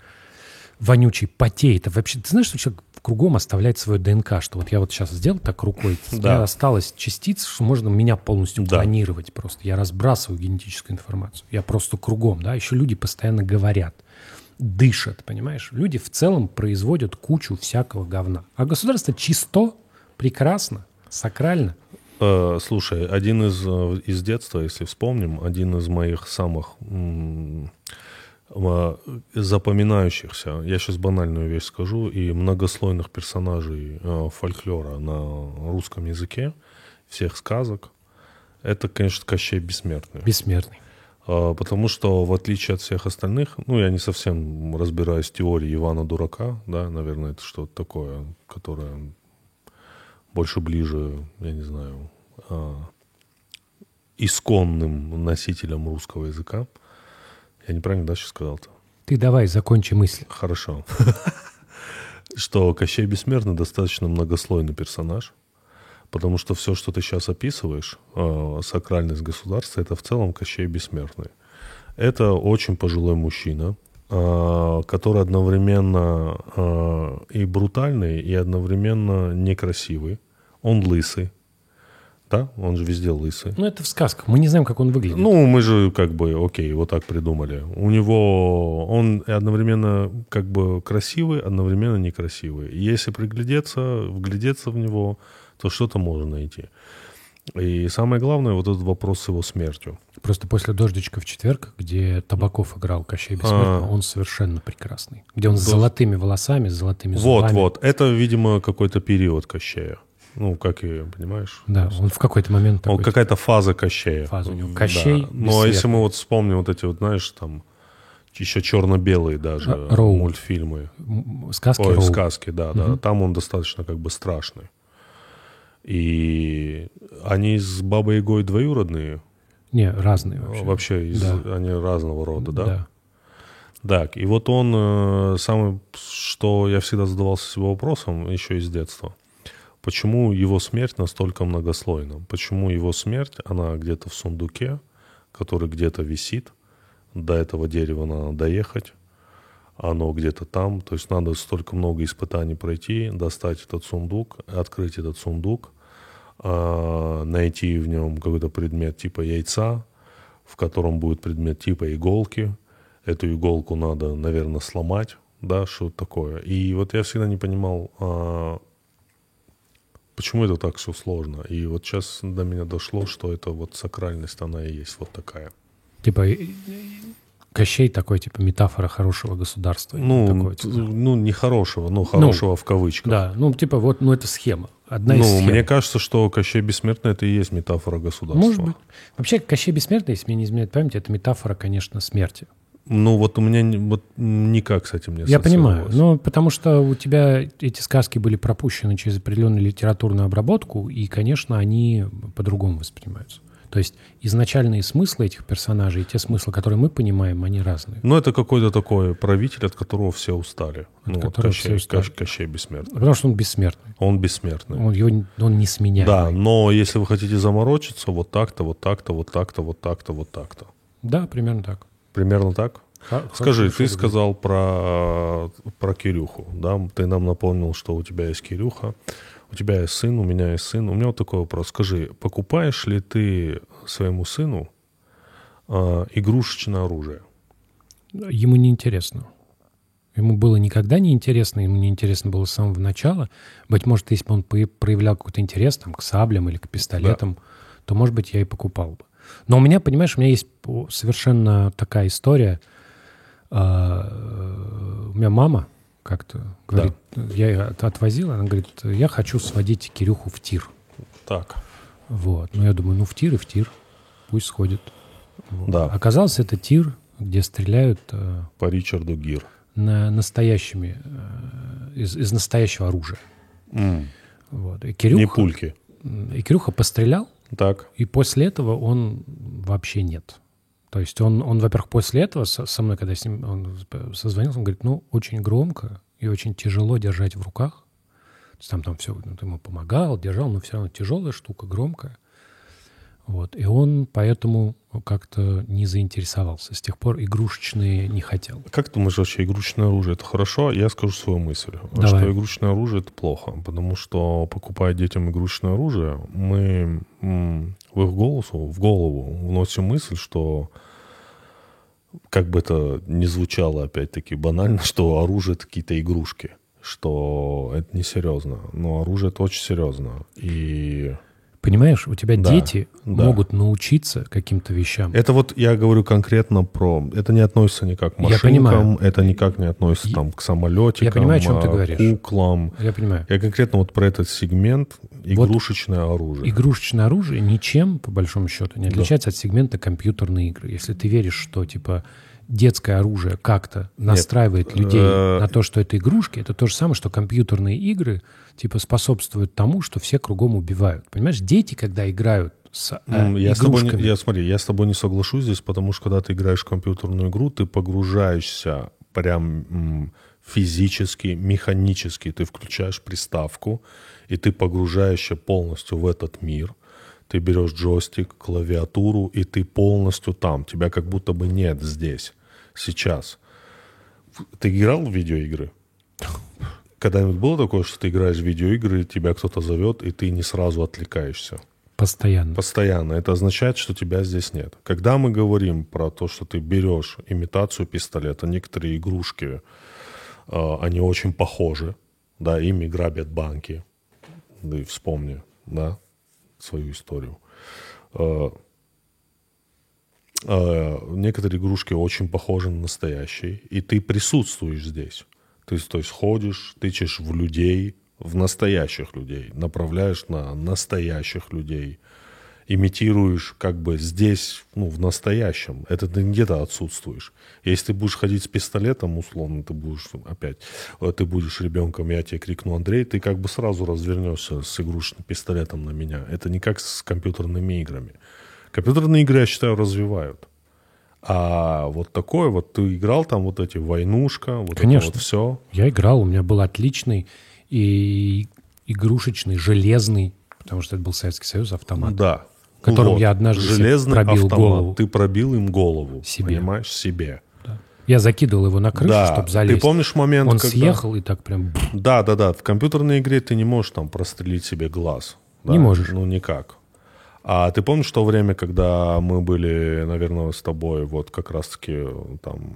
[SPEAKER 1] вонючий, потеет. А вообще, ты знаешь, что человек кругом оставляет свою ДНК, что вот я вот сейчас сделал так рукой, у
[SPEAKER 2] Да.
[SPEAKER 1] меня осталось частиц, что можно меня полностью
[SPEAKER 2] Да.
[SPEAKER 1] клонировать просто. Я разбрасываю генетическую информацию. Я просто кругом, да, еще люди постоянно говорят дышат, понимаешь? Люди в целом производят кучу всякого говна. А государство чисто, прекрасно, сакрально.
[SPEAKER 2] Э, слушай, один из, э, из детства, если вспомним, один из моих самых м, э, запоминающихся, я сейчас банальную вещь скажу, и многослойных персонажей э, фольклора на русском языке, всех сказок, это, конечно, Кощей Бессмертный.
[SPEAKER 1] Бессмертный.
[SPEAKER 2] А, Потому что, в отличие от всех остальных, ну, я не совсем разбираюсь в теории Ивана Дурака, да, наверное, это что-то такое, которое больше ближе, я не знаю, а, исконным носителям русского языка. Я неправильно, да, сейчас сказал-то?
[SPEAKER 1] Ты давай, закончи мысль.
[SPEAKER 2] Хорошо. [LAUGHS] что Кощей Бессмертный достаточно многослойный персонаж, потому что все, что ты сейчас описываешь, э, сакральность государства, это в целом Кощей Бессмертный. Это очень пожилой мужчина, э, который одновременно э, и брутальный, и одновременно некрасивый. Он лысый, да? Он же везде лысый.
[SPEAKER 1] Ну, это в сказках. Мы не знаем, как он выглядит.
[SPEAKER 2] Ну, мы же как бы, окей, вот так придумали. У него, он одновременно как бы красивый, одновременно некрасивый. И если приглядеться, вглядеться в него, то что-то можно найти. И самое главное, вот этот вопрос с его смертью.
[SPEAKER 1] Просто после «Дождичка в четверг», где Табаков играл Кощей Бессмертного, он совершенно прекрасный. Где он с
[SPEAKER 2] Дож-
[SPEAKER 1] золотыми волосами, с золотыми зубами.
[SPEAKER 2] Вот, вот. Это, видимо, какой-то период Кощея. Ну, как и, понимаешь?
[SPEAKER 1] Да, он в какой-то момент
[SPEAKER 2] Он
[SPEAKER 1] такой,
[SPEAKER 2] какая-то фаза Кощея.
[SPEAKER 1] Фаза у него.
[SPEAKER 2] Да.
[SPEAKER 1] Кощей
[SPEAKER 2] Но если
[SPEAKER 1] бессмертный.
[SPEAKER 2] мы вот вспомним вот эти вот, знаешь, там еще черно-белые даже
[SPEAKER 1] Р- Роу.
[SPEAKER 2] мультфильмы.
[SPEAKER 1] м, сказки
[SPEAKER 2] Ой,
[SPEAKER 1] Роу.
[SPEAKER 2] сказки, да, да. Там он достаточно как бы страшный. И они с Бабой Ягой двоюродные.
[SPEAKER 1] Не, разные
[SPEAKER 2] Вообще,
[SPEAKER 1] вообще.
[SPEAKER 2] из-
[SPEAKER 1] Да.
[SPEAKER 2] они разного рода, да? Так, и вот он, э, самый, что я всегда задавался себе вопросом, еще из детства, почему его смерть настолько многослойна? Почему его смерть, она где-то в сундуке, который где-то висит, до этого дерева надо доехать, оно где-то там, то есть надо столько много испытаний пройти, достать этот сундук, открыть этот сундук, а, найти в нем какой-то предмет типа яйца, в котором будет предмет типа иголки. Эту иголку надо, наверное, сломать, да, что-то такое. И вот я всегда не понимал, а, почему это так все сложно. И вот сейчас до меня дошло, что это вот сакральность, она и есть вот такая.
[SPEAKER 1] Типа э, э, Кощей такой, типа, метафора хорошего государства.
[SPEAKER 2] Ну,
[SPEAKER 1] Такой,
[SPEAKER 2] т-
[SPEAKER 1] типа.
[SPEAKER 2] ну не хорошего, но хорошего в кавычках.
[SPEAKER 1] да, ну, типа, вот, ну, это схема. Одна из
[SPEAKER 2] Ну,
[SPEAKER 1] схем.
[SPEAKER 2] мне кажется, что Кощей Бессмертный это и есть метафора государства.
[SPEAKER 1] Может быть. Вообще, Кощей Бессмертный, если мне не изменяет память, это метафора, конечно, смерти.
[SPEAKER 2] Ну, вот у меня не- вот никак с этим не
[SPEAKER 1] Я понимаю.
[SPEAKER 2] ассоциировалось.
[SPEAKER 1] Ну, потому что у тебя эти сказки были пропущены через определенную литературную обработку, и, конечно, они по-другому воспринимаются. То есть изначальные смыслы этих персонажей и те смыслы, которые мы понимаем, они разные.
[SPEAKER 2] Ну, это какой-то такой правитель, от которого все устали. ну, вот
[SPEAKER 1] которого
[SPEAKER 2] Кощей,
[SPEAKER 1] все устали.
[SPEAKER 2] Кош- Кощей бессмертный.
[SPEAKER 1] Потому что он бессмертный.
[SPEAKER 2] Он бессмертный.
[SPEAKER 1] Он, его, он не сменяет.
[SPEAKER 2] да, но если вы хотите заморочиться, вот так-то, вот так-то, вот так-то, вот так-то, вот так-то.
[SPEAKER 1] Да, примерно так.
[SPEAKER 2] Примерно так?
[SPEAKER 1] Ха-
[SPEAKER 2] Скажи,
[SPEAKER 1] хорошо,
[SPEAKER 2] ты
[SPEAKER 1] хорошо.
[SPEAKER 2] сказал про, про Кирюху, да? Ты нам напомнил, что у тебя есть Кирюха, у тебя есть сын, у меня есть сын. У меня вот такой вопрос. Скажи, покупаешь ли ты своему сыну а, игрушечное оружие?
[SPEAKER 1] Ему неинтересно. Ему было никогда неинтересно, ему неинтересно было с самого начала. Быть может, если бы он пое- проявлял какой-то интерес там, к саблям или к пистолетам, то, может быть, я и покупал бы. Но у меня, понимаешь, у меня есть о, совершенно такая история. А, э, У меня мама как-то говорит, я ее от- отвозил, она говорит, я хочу сводить Кирюху в тир.
[SPEAKER 2] Так.
[SPEAKER 1] Вот. Ну, я думаю, ну, в тир и в тир. Пусть сходит. Вот.
[SPEAKER 2] Да.
[SPEAKER 1] Оказался это тир, где стреляют э,
[SPEAKER 2] По Ричарду Гир.
[SPEAKER 1] на настоящими, э, из, из настоящего оружия. Вот. И,
[SPEAKER 2] Не
[SPEAKER 1] Кирюха,
[SPEAKER 2] пульки.
[SPEAKER 1] и Кирюха пострелял,
[SPEAKER 2] Так.
[SPEAKER 1] и после этого он вообще нет. То есть он, он во-первых, после этого со, со мной, когда с ним он созвонился, он говорит, ну, очень громко и очень тяжело держать в руках. То есть там, там все, ну, ты ему помогал, держал, но все равно тяжелая штука, громкая. Вот. И он поэтому как-то не заинтересовался. С тех пор игрушечные не хотел.
[SPEAKER 2] Как ты думаешь, вообще игрушечное оружие это хорошо? Я скажу свою мысль.
[SPEAKER 1] Давай.
[SPEAKER 2] Что игрушечное оружие это плохо. Потому что покупая детям игрушечное оружие, мы м, в их голосу, в голову вносим мысль, что как бы это ни звучало опять-таки банально, [LAUGHS] что оружие это какие-то игрушки. Что это несерьезно. Но оружие это очень серьезно. И
[SPEAKER 1] Понимаешь, у тебя
[SPEAKER 2] Да,
[SPEAKER 1] дети
[SPEAKER 2] да.
[SPEAKER 1] могут научиться каким-то вещам.
[SPEAKER 2] Это вот я говорю конкретно про... Это не относится никак к
[SPEAKER 1] Я
[SPEAKER 2] машинкам,
[SPEAKER 1] понимаю.
[SPEAKER 2] это никак не относится
[SPEAKER 1] Я-
[SPEAKER 2] там к самолетикам,
[SPEAKER 1] Я понимаю, о чем ты
[SPEAKER 2] а,
[SPEAKER 1] говоришь.
[SPEAKER 2] куклам.
[SPEAKER 1] Я понимаю.
[SPEAKER 2] Я конкретно вот про этот сегмент игрушечное оружие.
[SPEAKER 1] Игрушечное оружие ничем, по большому счету, не отличается от сегмента компьютерной игры. Если ты веришь, что типа детское оружие как-то настраивает людей
[SPEAKER 2] Э,
[SPEAKER 1] на то, что это игрушки, это то же самое, что компьютерные игры типа способствуют тому, что все кругом убивают. Понимаешь, дети, когда играют с э,
[SPEAKER 2] М, Ну, Я с тобой, не-
[SPEAKER 1] игрушками,
[SPEAKER 2] я, смотри, я с тобой не соглашусь здесь, потому что когда ты играешь в компьютерную игру, ты погружаешься прям м, физически, механически ты включаешь приставку, и ты погружаешься полностью в этот мир. Ты берешь джойстик, клавиатуру, и ты полностью там. Тебя как будто бы нет здесь, сейчас. Ты играл в видеоигры? Когда-нибудь было такое, что ты играешь в видеоигры, тебя кто-то зовет, и ты не сразу отвлекаешься?
[SPEAKER 1] Постоянно.
[SPEAKER 2] Постоянно. Это означает, что тебя здесь нет. Когда мы говорим про то, что ты берешь имитацию пистолета, некоторые игрушки, э, они очень похожи, да, ими грабят банки. Да и вспомни, да, свою историю. Э, э, некоторые игрушки очень похожи на настоящие, и ты присутствуешь здесь. Ты, то есть, ходишь, тычешь в людей, в настоящих людей, направляешь на настоящих людей, имитируешь как бы здесь, ну, в настоящем. Это ты где-то отсутствуешь. Если ты будешь ходить с пистолетом, условно, ты будешь опять, э, ты будешь ребенком, я тебе крикну, Андрей, ты как бы сразу развернешься с игрушечным пистолетом на меня. Это не как с компьютерными играми. Компьютерные игры, я считаю, развивают. А вот такое, вот ты играл там вот эти «Войнушка», вот
[SPEAKER 1] Конечно.
[SPEAKER 2] это вот все.
[SPEAKER 1] Я играл, у меня был отличный и игрушечный, железный, потому что это был Советский Союз, автомат.
[SPEAKER 2] Да.
[SPEAKER 1] Которым я однажды себе
[SPEAKER 2] Железный
[SPEAKER 1] пробил
[SPEAKER 2] автомат.
[SPEAKER 1] голову.
[SPEAKER 2] Ты пробил им голову.
[SPEAKER 1] Себе.
[SPEAKER 2] Понимаешь? Себе.
[SPEAKER 1] Я закидывал его на крышу,
[SPEAKER 2] да.
[SPEAKER 1] чтобы залезть.
[SPEAKER 2] Ты помнишь момент,
[SPEAKER 1] Он
[SPEAKER 2] когда...
[SPEAKER 1] съехал и так прям... бф.
[SPEAKER 2] Да, да, да. В компьютерной игре ты не можешь там прострелить себе глаз. Да?
[SPEAKER 1] Не можешь.
[SPEAKER 2] Ну, никак. А ты помнишь то время, когда мы были, наверное, с тобой вот как раз-таки там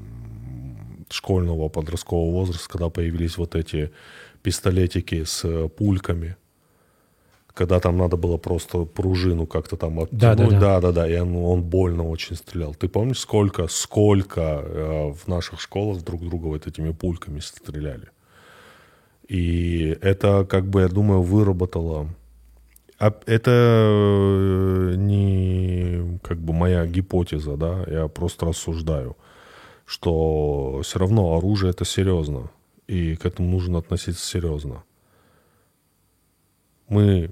[SPEAKER 2] школьного, подросткового возраста, когда появились вот эти пистолетики с э, пульками, когда там надо было просто пружину как-то там оттянуть.
[SPEAKER 1] Да, да, да.
[SPEAKER 2] да, и он, он больно очень стрелял. Ты помнишь, сколько, сколько э, в наших школах друг друга вот этими пульками стреляли? И это, как бы, я думаю, выработало... А Это э, не как бы моя гипотеза, да, я просто рассуждаю, что все равно оружие это серьезно, и к этому нужно относиться серьезно. Мы...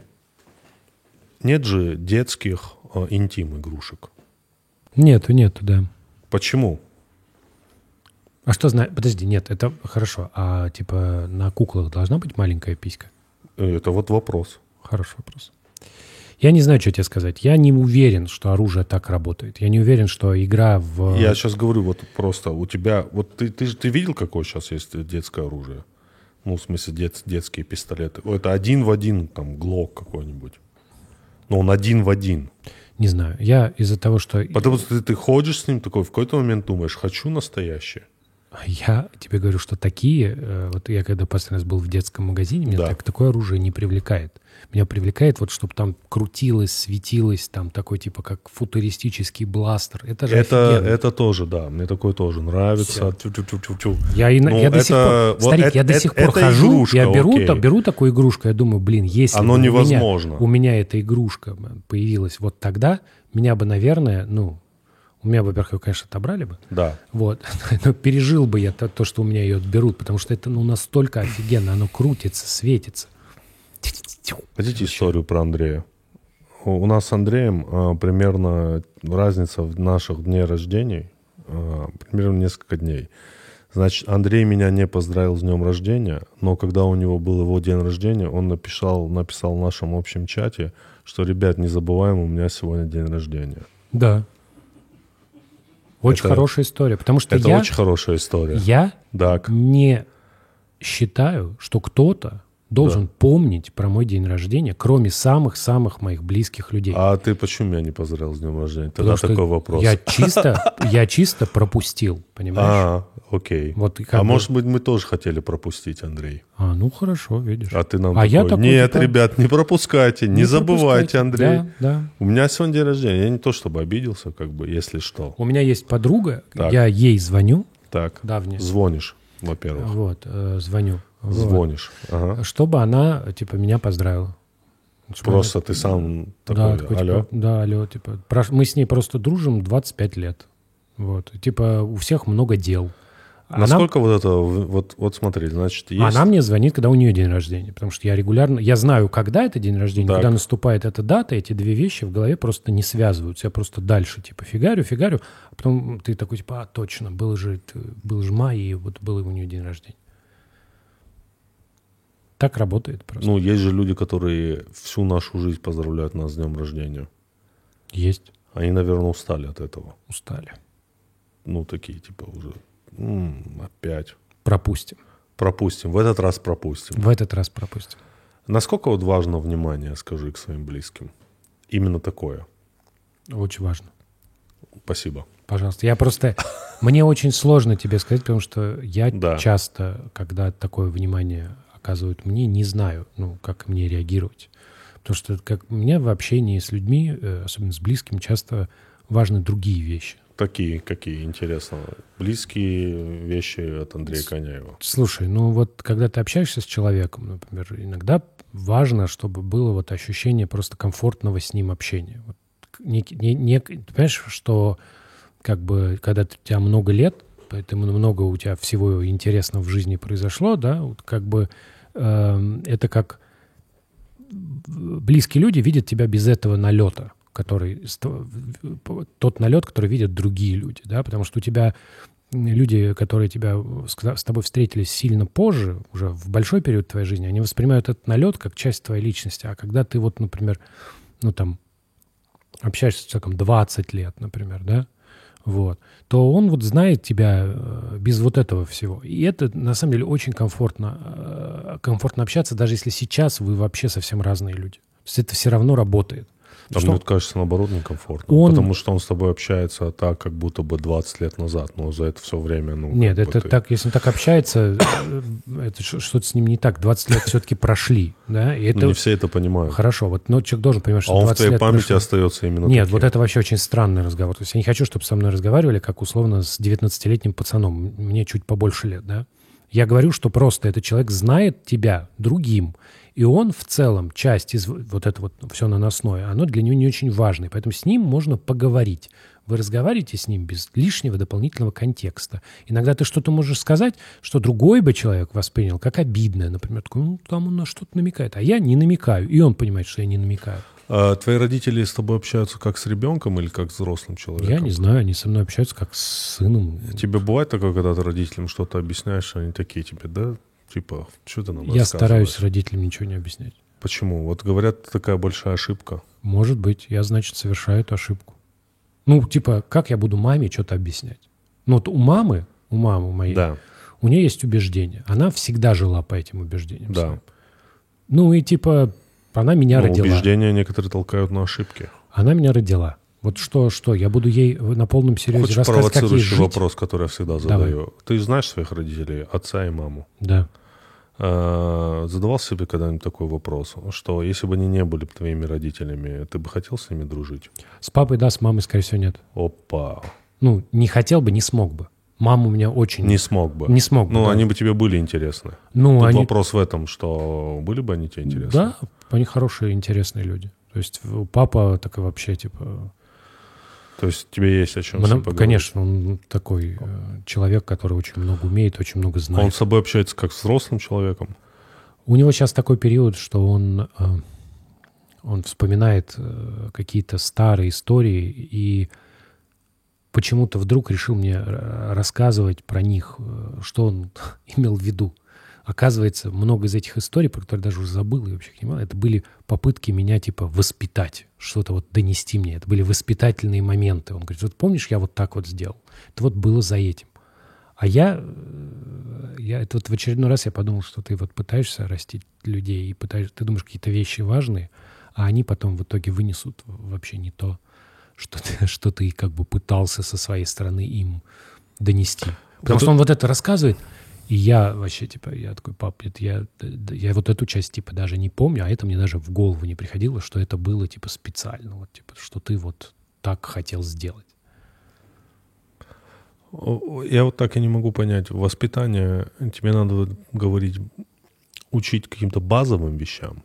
[SPEAKER 2] Нет же детских э, интим-игрушек.
[SPEAKER 1] Нету, нету, да.
[SPEAKER 2] Почему?
[SPEAKER 1] А что значит? Подожди, нет, это хорошо. А типа на куклах должна быть маленькая писька?
[SPEAKER 2] Э, Это вот вопрос.
[SPEAKER 1] Хороший вопрос. Я не знаю, что тебе сказать. Я не уверен, что оружие так работает. Я не уверен, что игра в...
[SPEAKER 2] Я сейчас говорю, вот просто у тебя, вот ты, ты, же- ты видел, какое сейчас есть детское оружие? Ну, в смысле, дет- детские пистолеты. О, Это один в один, там, глок какой-нибудь. Но он один в один.
[SPEAKER 1] Не знаю. Я из-за того, что...
[SPEAKER 2] Потому что ты, ты ходишь с ним такой, в какой-то момент думаешь, хочу настоящее.
[SPEAKER 1] А Я тебе говорю, что такие... э, Вот я когда последний раз был в детском магазине, меня
[SPEAKER 2] Да.
[SPEAKER 1] так, такое оружие не привлекает. Меня привлекает вот, чтобы там крутилось, светилось, там такой типа как футуристический бластер. Это же
[SPEAKER 2] Это,
[SPEAKER 1] офигенно.
[SPEAKER 2] это тоже, да, мне такое тоже нравится. Тю-тю-тю-тю-тю.
[SPEAKER 1] Я, и на-
[SPEAKER 2] Ну,
[SPEAKER 1] я до сих
[SPEAKER 2] это-
[SPEAKER 1] пор,
[SPEAKER 2] вот
[SPEAKER 1] старик,
[SPEAKER 2] это-
[SPEAKER 1] я до
[SPEAKER 2] это-
[SPEAKER 1] сих пор
[SPEAKER 2] это
[SPEAKER 1] хожу,
[SPEAKER 2] игрушка,
[SPEAKER 1] я беру,
[SPEAKER 2] окей.
[SPEAKER 1] та- беру такую игрушку, я думаю, блин, если
[SPEAKER 2] Оно
[SPEAKER 1] бы у меня-
[SPEAKER 2] невозможно.
[SPEAKER 1] у меня эта игрушка м, появилась вот тогда, меня бы, наверное, ну, у меня, во-первых, ее, конечно, отобрали бы,
[SPEAKER 2] Да.
[SPEAKER 1] вот, [LAUGHS] но пережил бы я то, то, что у меня ее отберут, потому что это, ну, настолько офигенно, оно крутится, светится.
[SPEAKER 2] Хотите историю про Андрея? У у нас с Андреем э, примерно разница в наших дней рождений, э, примерно несколько дней. Значит, Андрей меня не поздравил с днем рождения, но когда у него был его день рождения, он написал, написал в нашем общем чате, что, ребят, не забываем, у меня сегодня день рождения.
[SPEAKER 1] Да. Очень
[SPEAKER 2] Это-
[SPEAKER 1] хорошая история, потому что
[SPEAKER 2] Это
[SPEAKER 1] я,
[SPEAKER 2] очень хорошая история.
[SPEAKER 1] я
[SPEAKER 2] Так.
[SPEAKER 1] не считаю, что кто-то должен помнить про мой день рождения, кроме самых-самых моих близких людей.
[SPEAKER 2] А ты почему меня не поздравил с днем рождения? Тогда
[SPEAKER 1] Потому что
[SPEAKER 2] такой вопрос. [LAUGHS]
[SPEAKER 1] Я чисто, я чисто пропустил, понимаешь?
[SPEAKER 2] А, окей.
[SPEAKER 1] Вот и как
[SPEAKER 2] а
[SPEAKER 1] бы-
[SPEAKER 2] может быть, мы тоже хотели пропустить, Андрей?
[SPEAKER 1] А, ну хорошо, видишь.
[SPEAKER 2] А ты нам
[SPEAKER 1] А
[SPEAKER 2] такой,
[SPEAKER 1] я такой,
[SPEAKER 2] нет,
[SPEAKER 1] типа,
[SPEAKER 2] ребят, не пропускайте, не,
[SPEAKER 1] Не
[SPEAKER 2] забывайте,
[SPEAKER 1] пропускайте».
[SPEAKER 2] Андрей.
[SPEAKER 1] Да, да.
[SPEAKER 2] У меня сегодня день рождения, я не то чтобы обиделся, как бы, если что.
[SPEAKER 1] У меня есть подруга,
[SPEAKER 2] Так.
[SPEAKER 1] я ей звоню,
[SPEAKER 2] Так,
[SPEAKER 1] давняя.
[SPEAKER 2] звонишь, во-первых,
[SPEAKER 1] Вот, э, звоню. Вот.
[SPEAKER 2] звонишь. Ага.
[SPEAKER 1] Чтобы она, типа, меня поздравила. Чтобы
[SPEAKER 2] Просто ты сам такой,
[SPEAKER 1] да, такой,
[SPEAKER 2] алло.
[SPEAKER 1] Типа, да, алло, типа, прош- мы с ней просто дружим 25 лет. Вот. И, Типа, у всех много дел. Она-
[SPEAKER 2] Насколько вот это, в- вот, вот смотри, значит, есть...
[SPEAKER 1] Она мне звонит, когда у нее день рождения, потому что я регулярно, я знаю, когда это день рождения,
[SPEAKER 2] Так.
[SPEAKER 1] когда наступает эта дата, эти две вещи в голове просто не связываются, я просто дальше типа фигарю, фигарю, а потом ты такой типа, а точно, был же, это- был же май и вот был у нее день рождения. Так работает просто.
[SPEAKER 2] Ну, есть же люди, которые всю нашу жизнь поздравляют нас с днем рождения. Ну.
[SPEAKER 1] Есть.
[SPEAKER 2] Они, наверное, устали от этого.
[SPEAKER 1] Устали.
[SPEAKER 2] Ну, такие, типа, уже «М, опять.
[SPEAKER 1] Пропустим.
[SPEAKER 2] Пропустим. В этот раз пропустим.
[SPEAKER 1] В этот раз пропустим.
[SPEAKER 2] Насколько вот важно внимание, скажи, к своим близким? Именно такое.
[SPEAKER 1] Очень важно.
[SPEAKER 2] Спасибо.
[SPEAKER 1] Пожалуйста. Я просто... [LAUGHS] Мне очень сложно тебе сказать, потому что я
[SPEAKER 2] Да.
[SPEAKER 1] часто, когда такое внимание оказывают мне, не знаю, ну, как мне реагировать. Потому что как у меня в общении с людьми, э, особенно с близким, часто важны другие вещи.
[SPEAKER 2] Такие, какие, интересно. Близкие вещи от Андрея Коняева.
[SPEAKER 1] Слушай, ну вот когда ты общаешься с человеком, например, иногда важно, чтобы было вот ощущение просто комфортного с ним общения. Вот некий- не- не- ты понимаешь, что как бы когда ты- у тебя много лет, поэтому много у тебя всего интересного в жизни произошло, да, вот как бы эм, это как близкие люди видят тебя без этого налета, который с тво- в- в- тот налет, который видят другие люди, да, потому что у тебя люди, которые тебя с кта- с тобой встретились сильно позже, уже в большой период твоей жизни, они воспринимают этот налет как часть твоей личности, а когда ты вот, например, ну там общаешься с человеком 20 лет, например, да, вот, то он вот знает тебя э, без вот этого всего. И это, на самом деле, очень комфортно, э, комфортно общаться, даже если сейчас вы вообще совсем разные люди. То есть это все равно работает.
[SPEAKER 2] А
[SPEAKER 1] Ну Что-
[SPEAKER 2] мне вот кажется, наоборот, некомфортно.
[SPEAKER 1] Он-
[SPEAKER 2] Потому что он с тобой общается так, как будто бы 20 лет назад, но за это все время, ну...
[SPEAKER 1] Нет,
[SPEAKER 2] как бы
[SPEAKER 1] это
[SPEAKER 2] ты-
[SPEAKER 1] так, если он так общается, э, это ш- что-то с ним не так. 20 лет все-таки прошли, да, и
[SPEAKER 2] Ну,
[SPEAKER 1] это
[SPEAKER 2] не все это понимают.
[SPEAKER 1] хорошо. Вот, но человек должен понимать,
[SPEAKER 2] А
[SPEAKER 1] что
[SPEAKER 2] он в
[SPEAKER 1] 20
[SPEAKER 2] твоей
[SPEAKER 1] лет
[SPEAKER 2] памяти
[SPEAKER 1] прошло.
[SPEAKER 2] остается именно
[SPEAKER 1] Нет,
[SPEAKER 2] таким.
[SPEAKER 1] вот это вообще очень странный разговор. То есть я не хочу, чтобы со мной разговаривали, как условно, с 19-летним пацаном. Мне чуть побольше лет, да? Я говорю, что просто этот человек знает тебя другим, и он в целом часть из вот это вот все наносное, оно для него не очень важно, и поэтому с ним можно поговорить. Вы разговариваете с ним без лишнего дополнительного контекста. Иногда ты что-то можешь сказать, что другой бы человек воспринял как обидное, например, такой, ну, там он на что-то намекает, а я не намекаю, и он понимает, что я не намекаю.
[SPEAKER 2] А твои родители с тобой общаются как с ребенком или как с взрослым человеком?
[SPEAKER 1] Я не знаю, они со мной общаются как с сыном.
[SPEAKER 2] Тебе бывает такое, когда ты родителям что-то объясняешь, они такие тебе, да, типа, что ты нам
[SPEAKER 1] Я стараюсь
[SPEAKER 2] рассказываешь?»
[SPEAKER 1] родителям ничего не объяснять.
[SPEAKER 2] Почему? Вот говорят, такая большая ошибка.
[SPEAKER 1] Может быть, я, значит, совершаю эту ошибку. Ну, типа, как я буду маме что-то объяснять? Ну, вот у мамы, у мамы моей,
[SPEAKER 2] Да,
[SPEAKER 1] у нее есть убеждение. Она всегда жила по этим убеждениям.
[SPEAKER 2] да.
[SPEAKER 1] своим. Ну, и типа, она меня
[SPEAKER 2] Но
[SPEAKER 1] родила.
[SPEAKER 2] убеждения некоторые толкают на ошибки.
[SPEAKER 1] Она меня родила. Вот что, что, я буду ей на полном серьезе
[SPEAKER 2] Хочешь
[SPEAKER 1] рассказывать, как ей
[SPEAKER 2] провоцирующий
[SPEAKER 1] жить?
[SPEAKER 2] вопрос, который я всегда
[SPEAKER 1] Давай.
[SPEAKER 2] задаю? Ты знаешь своих родителей, отца и маму?
[SPEAKER 1] Да.
[SPEAKER 2] А, задавал себе когда-нибудь такой вопрос, что если бы они не были бы твоими родителями, ты бы хотел с ними дружить?
[SPEAKER 1] С папой да, с мамой, скорее всего, нет.
[SPEAKER 2] Опа,
[SPEAKER 1] Ну, не хотел бы, не смог бы. Мама у меня очень...
[SPEAKER 2] не смог бы.
[SPEAKER 1] Не смог бы,
[SPEAKER 2] Ну,
[SPEAKER 1] да.
[SPEAKER 2] они бы тебе были интересны.
[SPEAKER 1] Ну,
[SPEAKER 2] Тут
[SPEAKER 1] они-
[SPEAKER 2] вопрос в этом, что были бы они тебе интересны?
[SPEAKER 1] Да, они хорошие, интересные люди. То есть в- папа так и вообще, типа...
[SPEAKER 2] То есть тебе есть о чем с
[SPEAKER 1] мно-
[SPEAKER 2] ним поговорить.
[SPEAKER 1] конечно, он такой э, человек, который очень много умеет, очень много
[SPEAKER 2] Он
[SPEAKER 1] знает.
[SPEAKER 2] с собой общается как с взрослым человеком.
[SPEAKER 1] У него сейчас такой период, что он, э, он вспоминает э, какие-то старые истории и почему-то вдруг решил мне э, рассказывать про них, э, что он [LAUGHS] имел в виду. Оказывается, много из этих историй, про которые даже уже забыл и вообще не понимаю, это были попытки меня типа воспитать, что-то вот донести мне. Это были воспитательные моменты. Он говорит, вот помнишь, я вот так вот сделал? Это вот было за этим. А я, э, я это вот в очередной раз я подумал, что ты вот пытаешься растить людей и пытаешься, ты думаешь, какие-то вещи важные, а они потом в итоге вынесут вообще не то, что ты, [LAUGHS] что ты как бы пытался со своей стороны им донести. Потому что он вот это рассказывает, и я вообще, типа, я такой, пап, это я, э, да, я вот эту часть, типа, даже не помню, а это мне даже в голову не приходило, что это было, типа, специально, вот, типа, что ты вот так хотел сделать.
[SPEAKER 2] О, Я вот так и не могу понять. Воспитание тебе надо говорить, учить каким-то базовым вещам,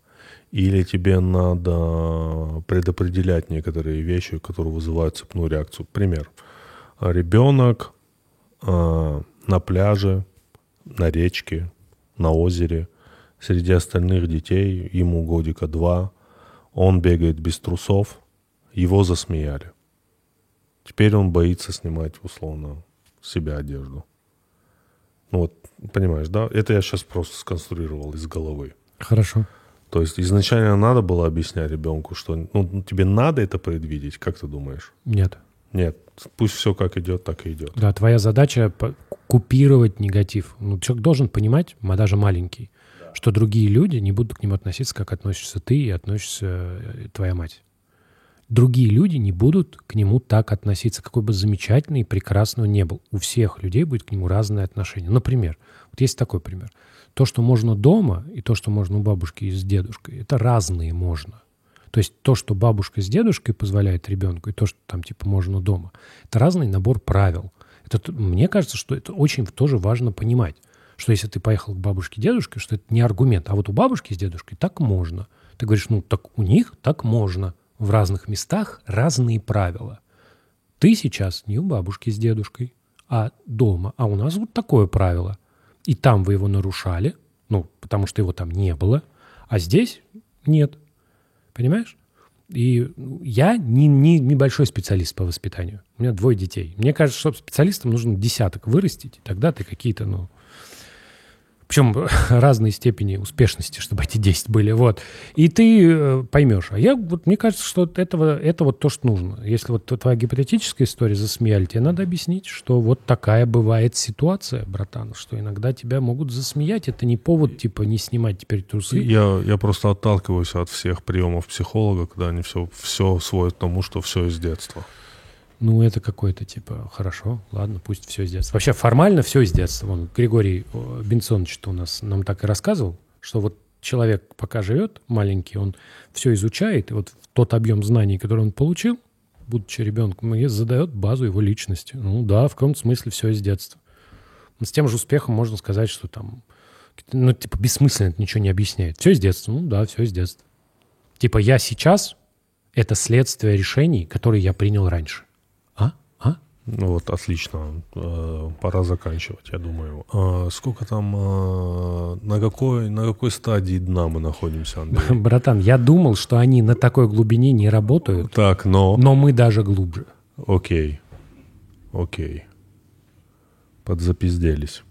[SPEAKER 2] или тебе надо предопределять некоторые вещи, которые вызывают цепную реакцию. Пример. А, Ребенок а, на пляже, на речке, на озере, среди остальных детей, ему годика два, он бегает без трусов, его засмеяли. Теперь он боится снимать, условно, с себя одежду. Ну вот, понимаешь, да? Это я сейчас просто сконструировал из головы.
[SPEAKER 1] Хорошо.
[SPEAKER 2] То есть изначально надо было объяснять ребенку, что ну, тебе надо это предвидеть, как ты думаешь?
[SPEAKER 1] Нет.
[SPEAKER 2] Нет, пусть все как идет, так и идет.
[SPEAKER 1] Да, твоя задача по- купировать негатив. Ну, человек должен понимать, м- даже маленький, что другие люди не будут к нему относиться, как относишься ты и относишься э, твоя мать. Другие люди не будут к нему так относиться, какой бы замечательный и прекрасный он не был. У всех людей будет к нему разное отношение. Например, вот есть такой пример. То, что можно дома, и то, что можно у бабушки и с дедушкой, это разные можно. То есть то, что бабушка с дедушкой позволяет ребенку, и то, что там типа можно дома, это разный набор правил. Это, т- мне кажется, что это очень тоже важно понимать, что если ты поехал к бабушке и дедушке, что это не аргумент, а вот у бабушки с дедушкой так можно. Ты говоришь, ну так у них так можно. В разных местах разные правила. Ты сейчас не у бабушки с дедушкой, а дома. А у нас вот такое правило. И там вы его нарушали, ну, потому что его там не было, а здесь нет. Понимаешь? И я не, не небольшой специалист по воспитанию. У меня двое детей. Мне кажется, что специалистам нужно десяток вырастить, и тогда ты какие-то, ну... Причем [LAUGHS] разные степени успешности, чтобы эти 10 были. Вот. И ты э, поймешь. А я, вот, мне кажется, что от этого, это вот то, что нужно. Если вот твоя гипотетическая история засмеяли, тебе надо объяснить, что вот такая бывает ситуация, братан, что иногда тебя могут засмеять. Это не повод, типа, не снимать теперь трусы.
[SPEAKER 2] Я, я просто отталкиваюсь от всех приемов психолога, когда они все, все сводят к тому, что все из детства.
[SPEAKER 1] Ну, это какое-то типа, хорошо, ладно, пусть все из детства. Вообще формально все из детства. Вон, Григорий э, Бенсонович у нас нам так и рассказывал, что вот человек пока живет маленький, он все изучает, и вот тот объем знаний, который он получил, будучи ребенком, и задает базу его личности. Ну да, в каком-то смысле все из детства. Но с тем же успехом можно сказать, что там, какие-то, ну, типа, бессмысленно это ничего не объясняет. Все из детства, ну да, все из детства. Типа, я сейчас — это следствие решений, которые я принял раньше. А? А? [LAUGHS]
[SPEAKER 2] Ну вот, отлично. Э, Пора заканчивать, я думаю. А Сколько там, э, на какой, на какой стадии дна мы находимся, Андрей?
[SPEAKER 1] Братан, я думал, что они на такой глубине не работают,
[SPEAKER 2] Так, но...
[SPEAKER 1] но мы даже глубже.
[SPEAKER 2] Окей. Окей. Подзапизделись.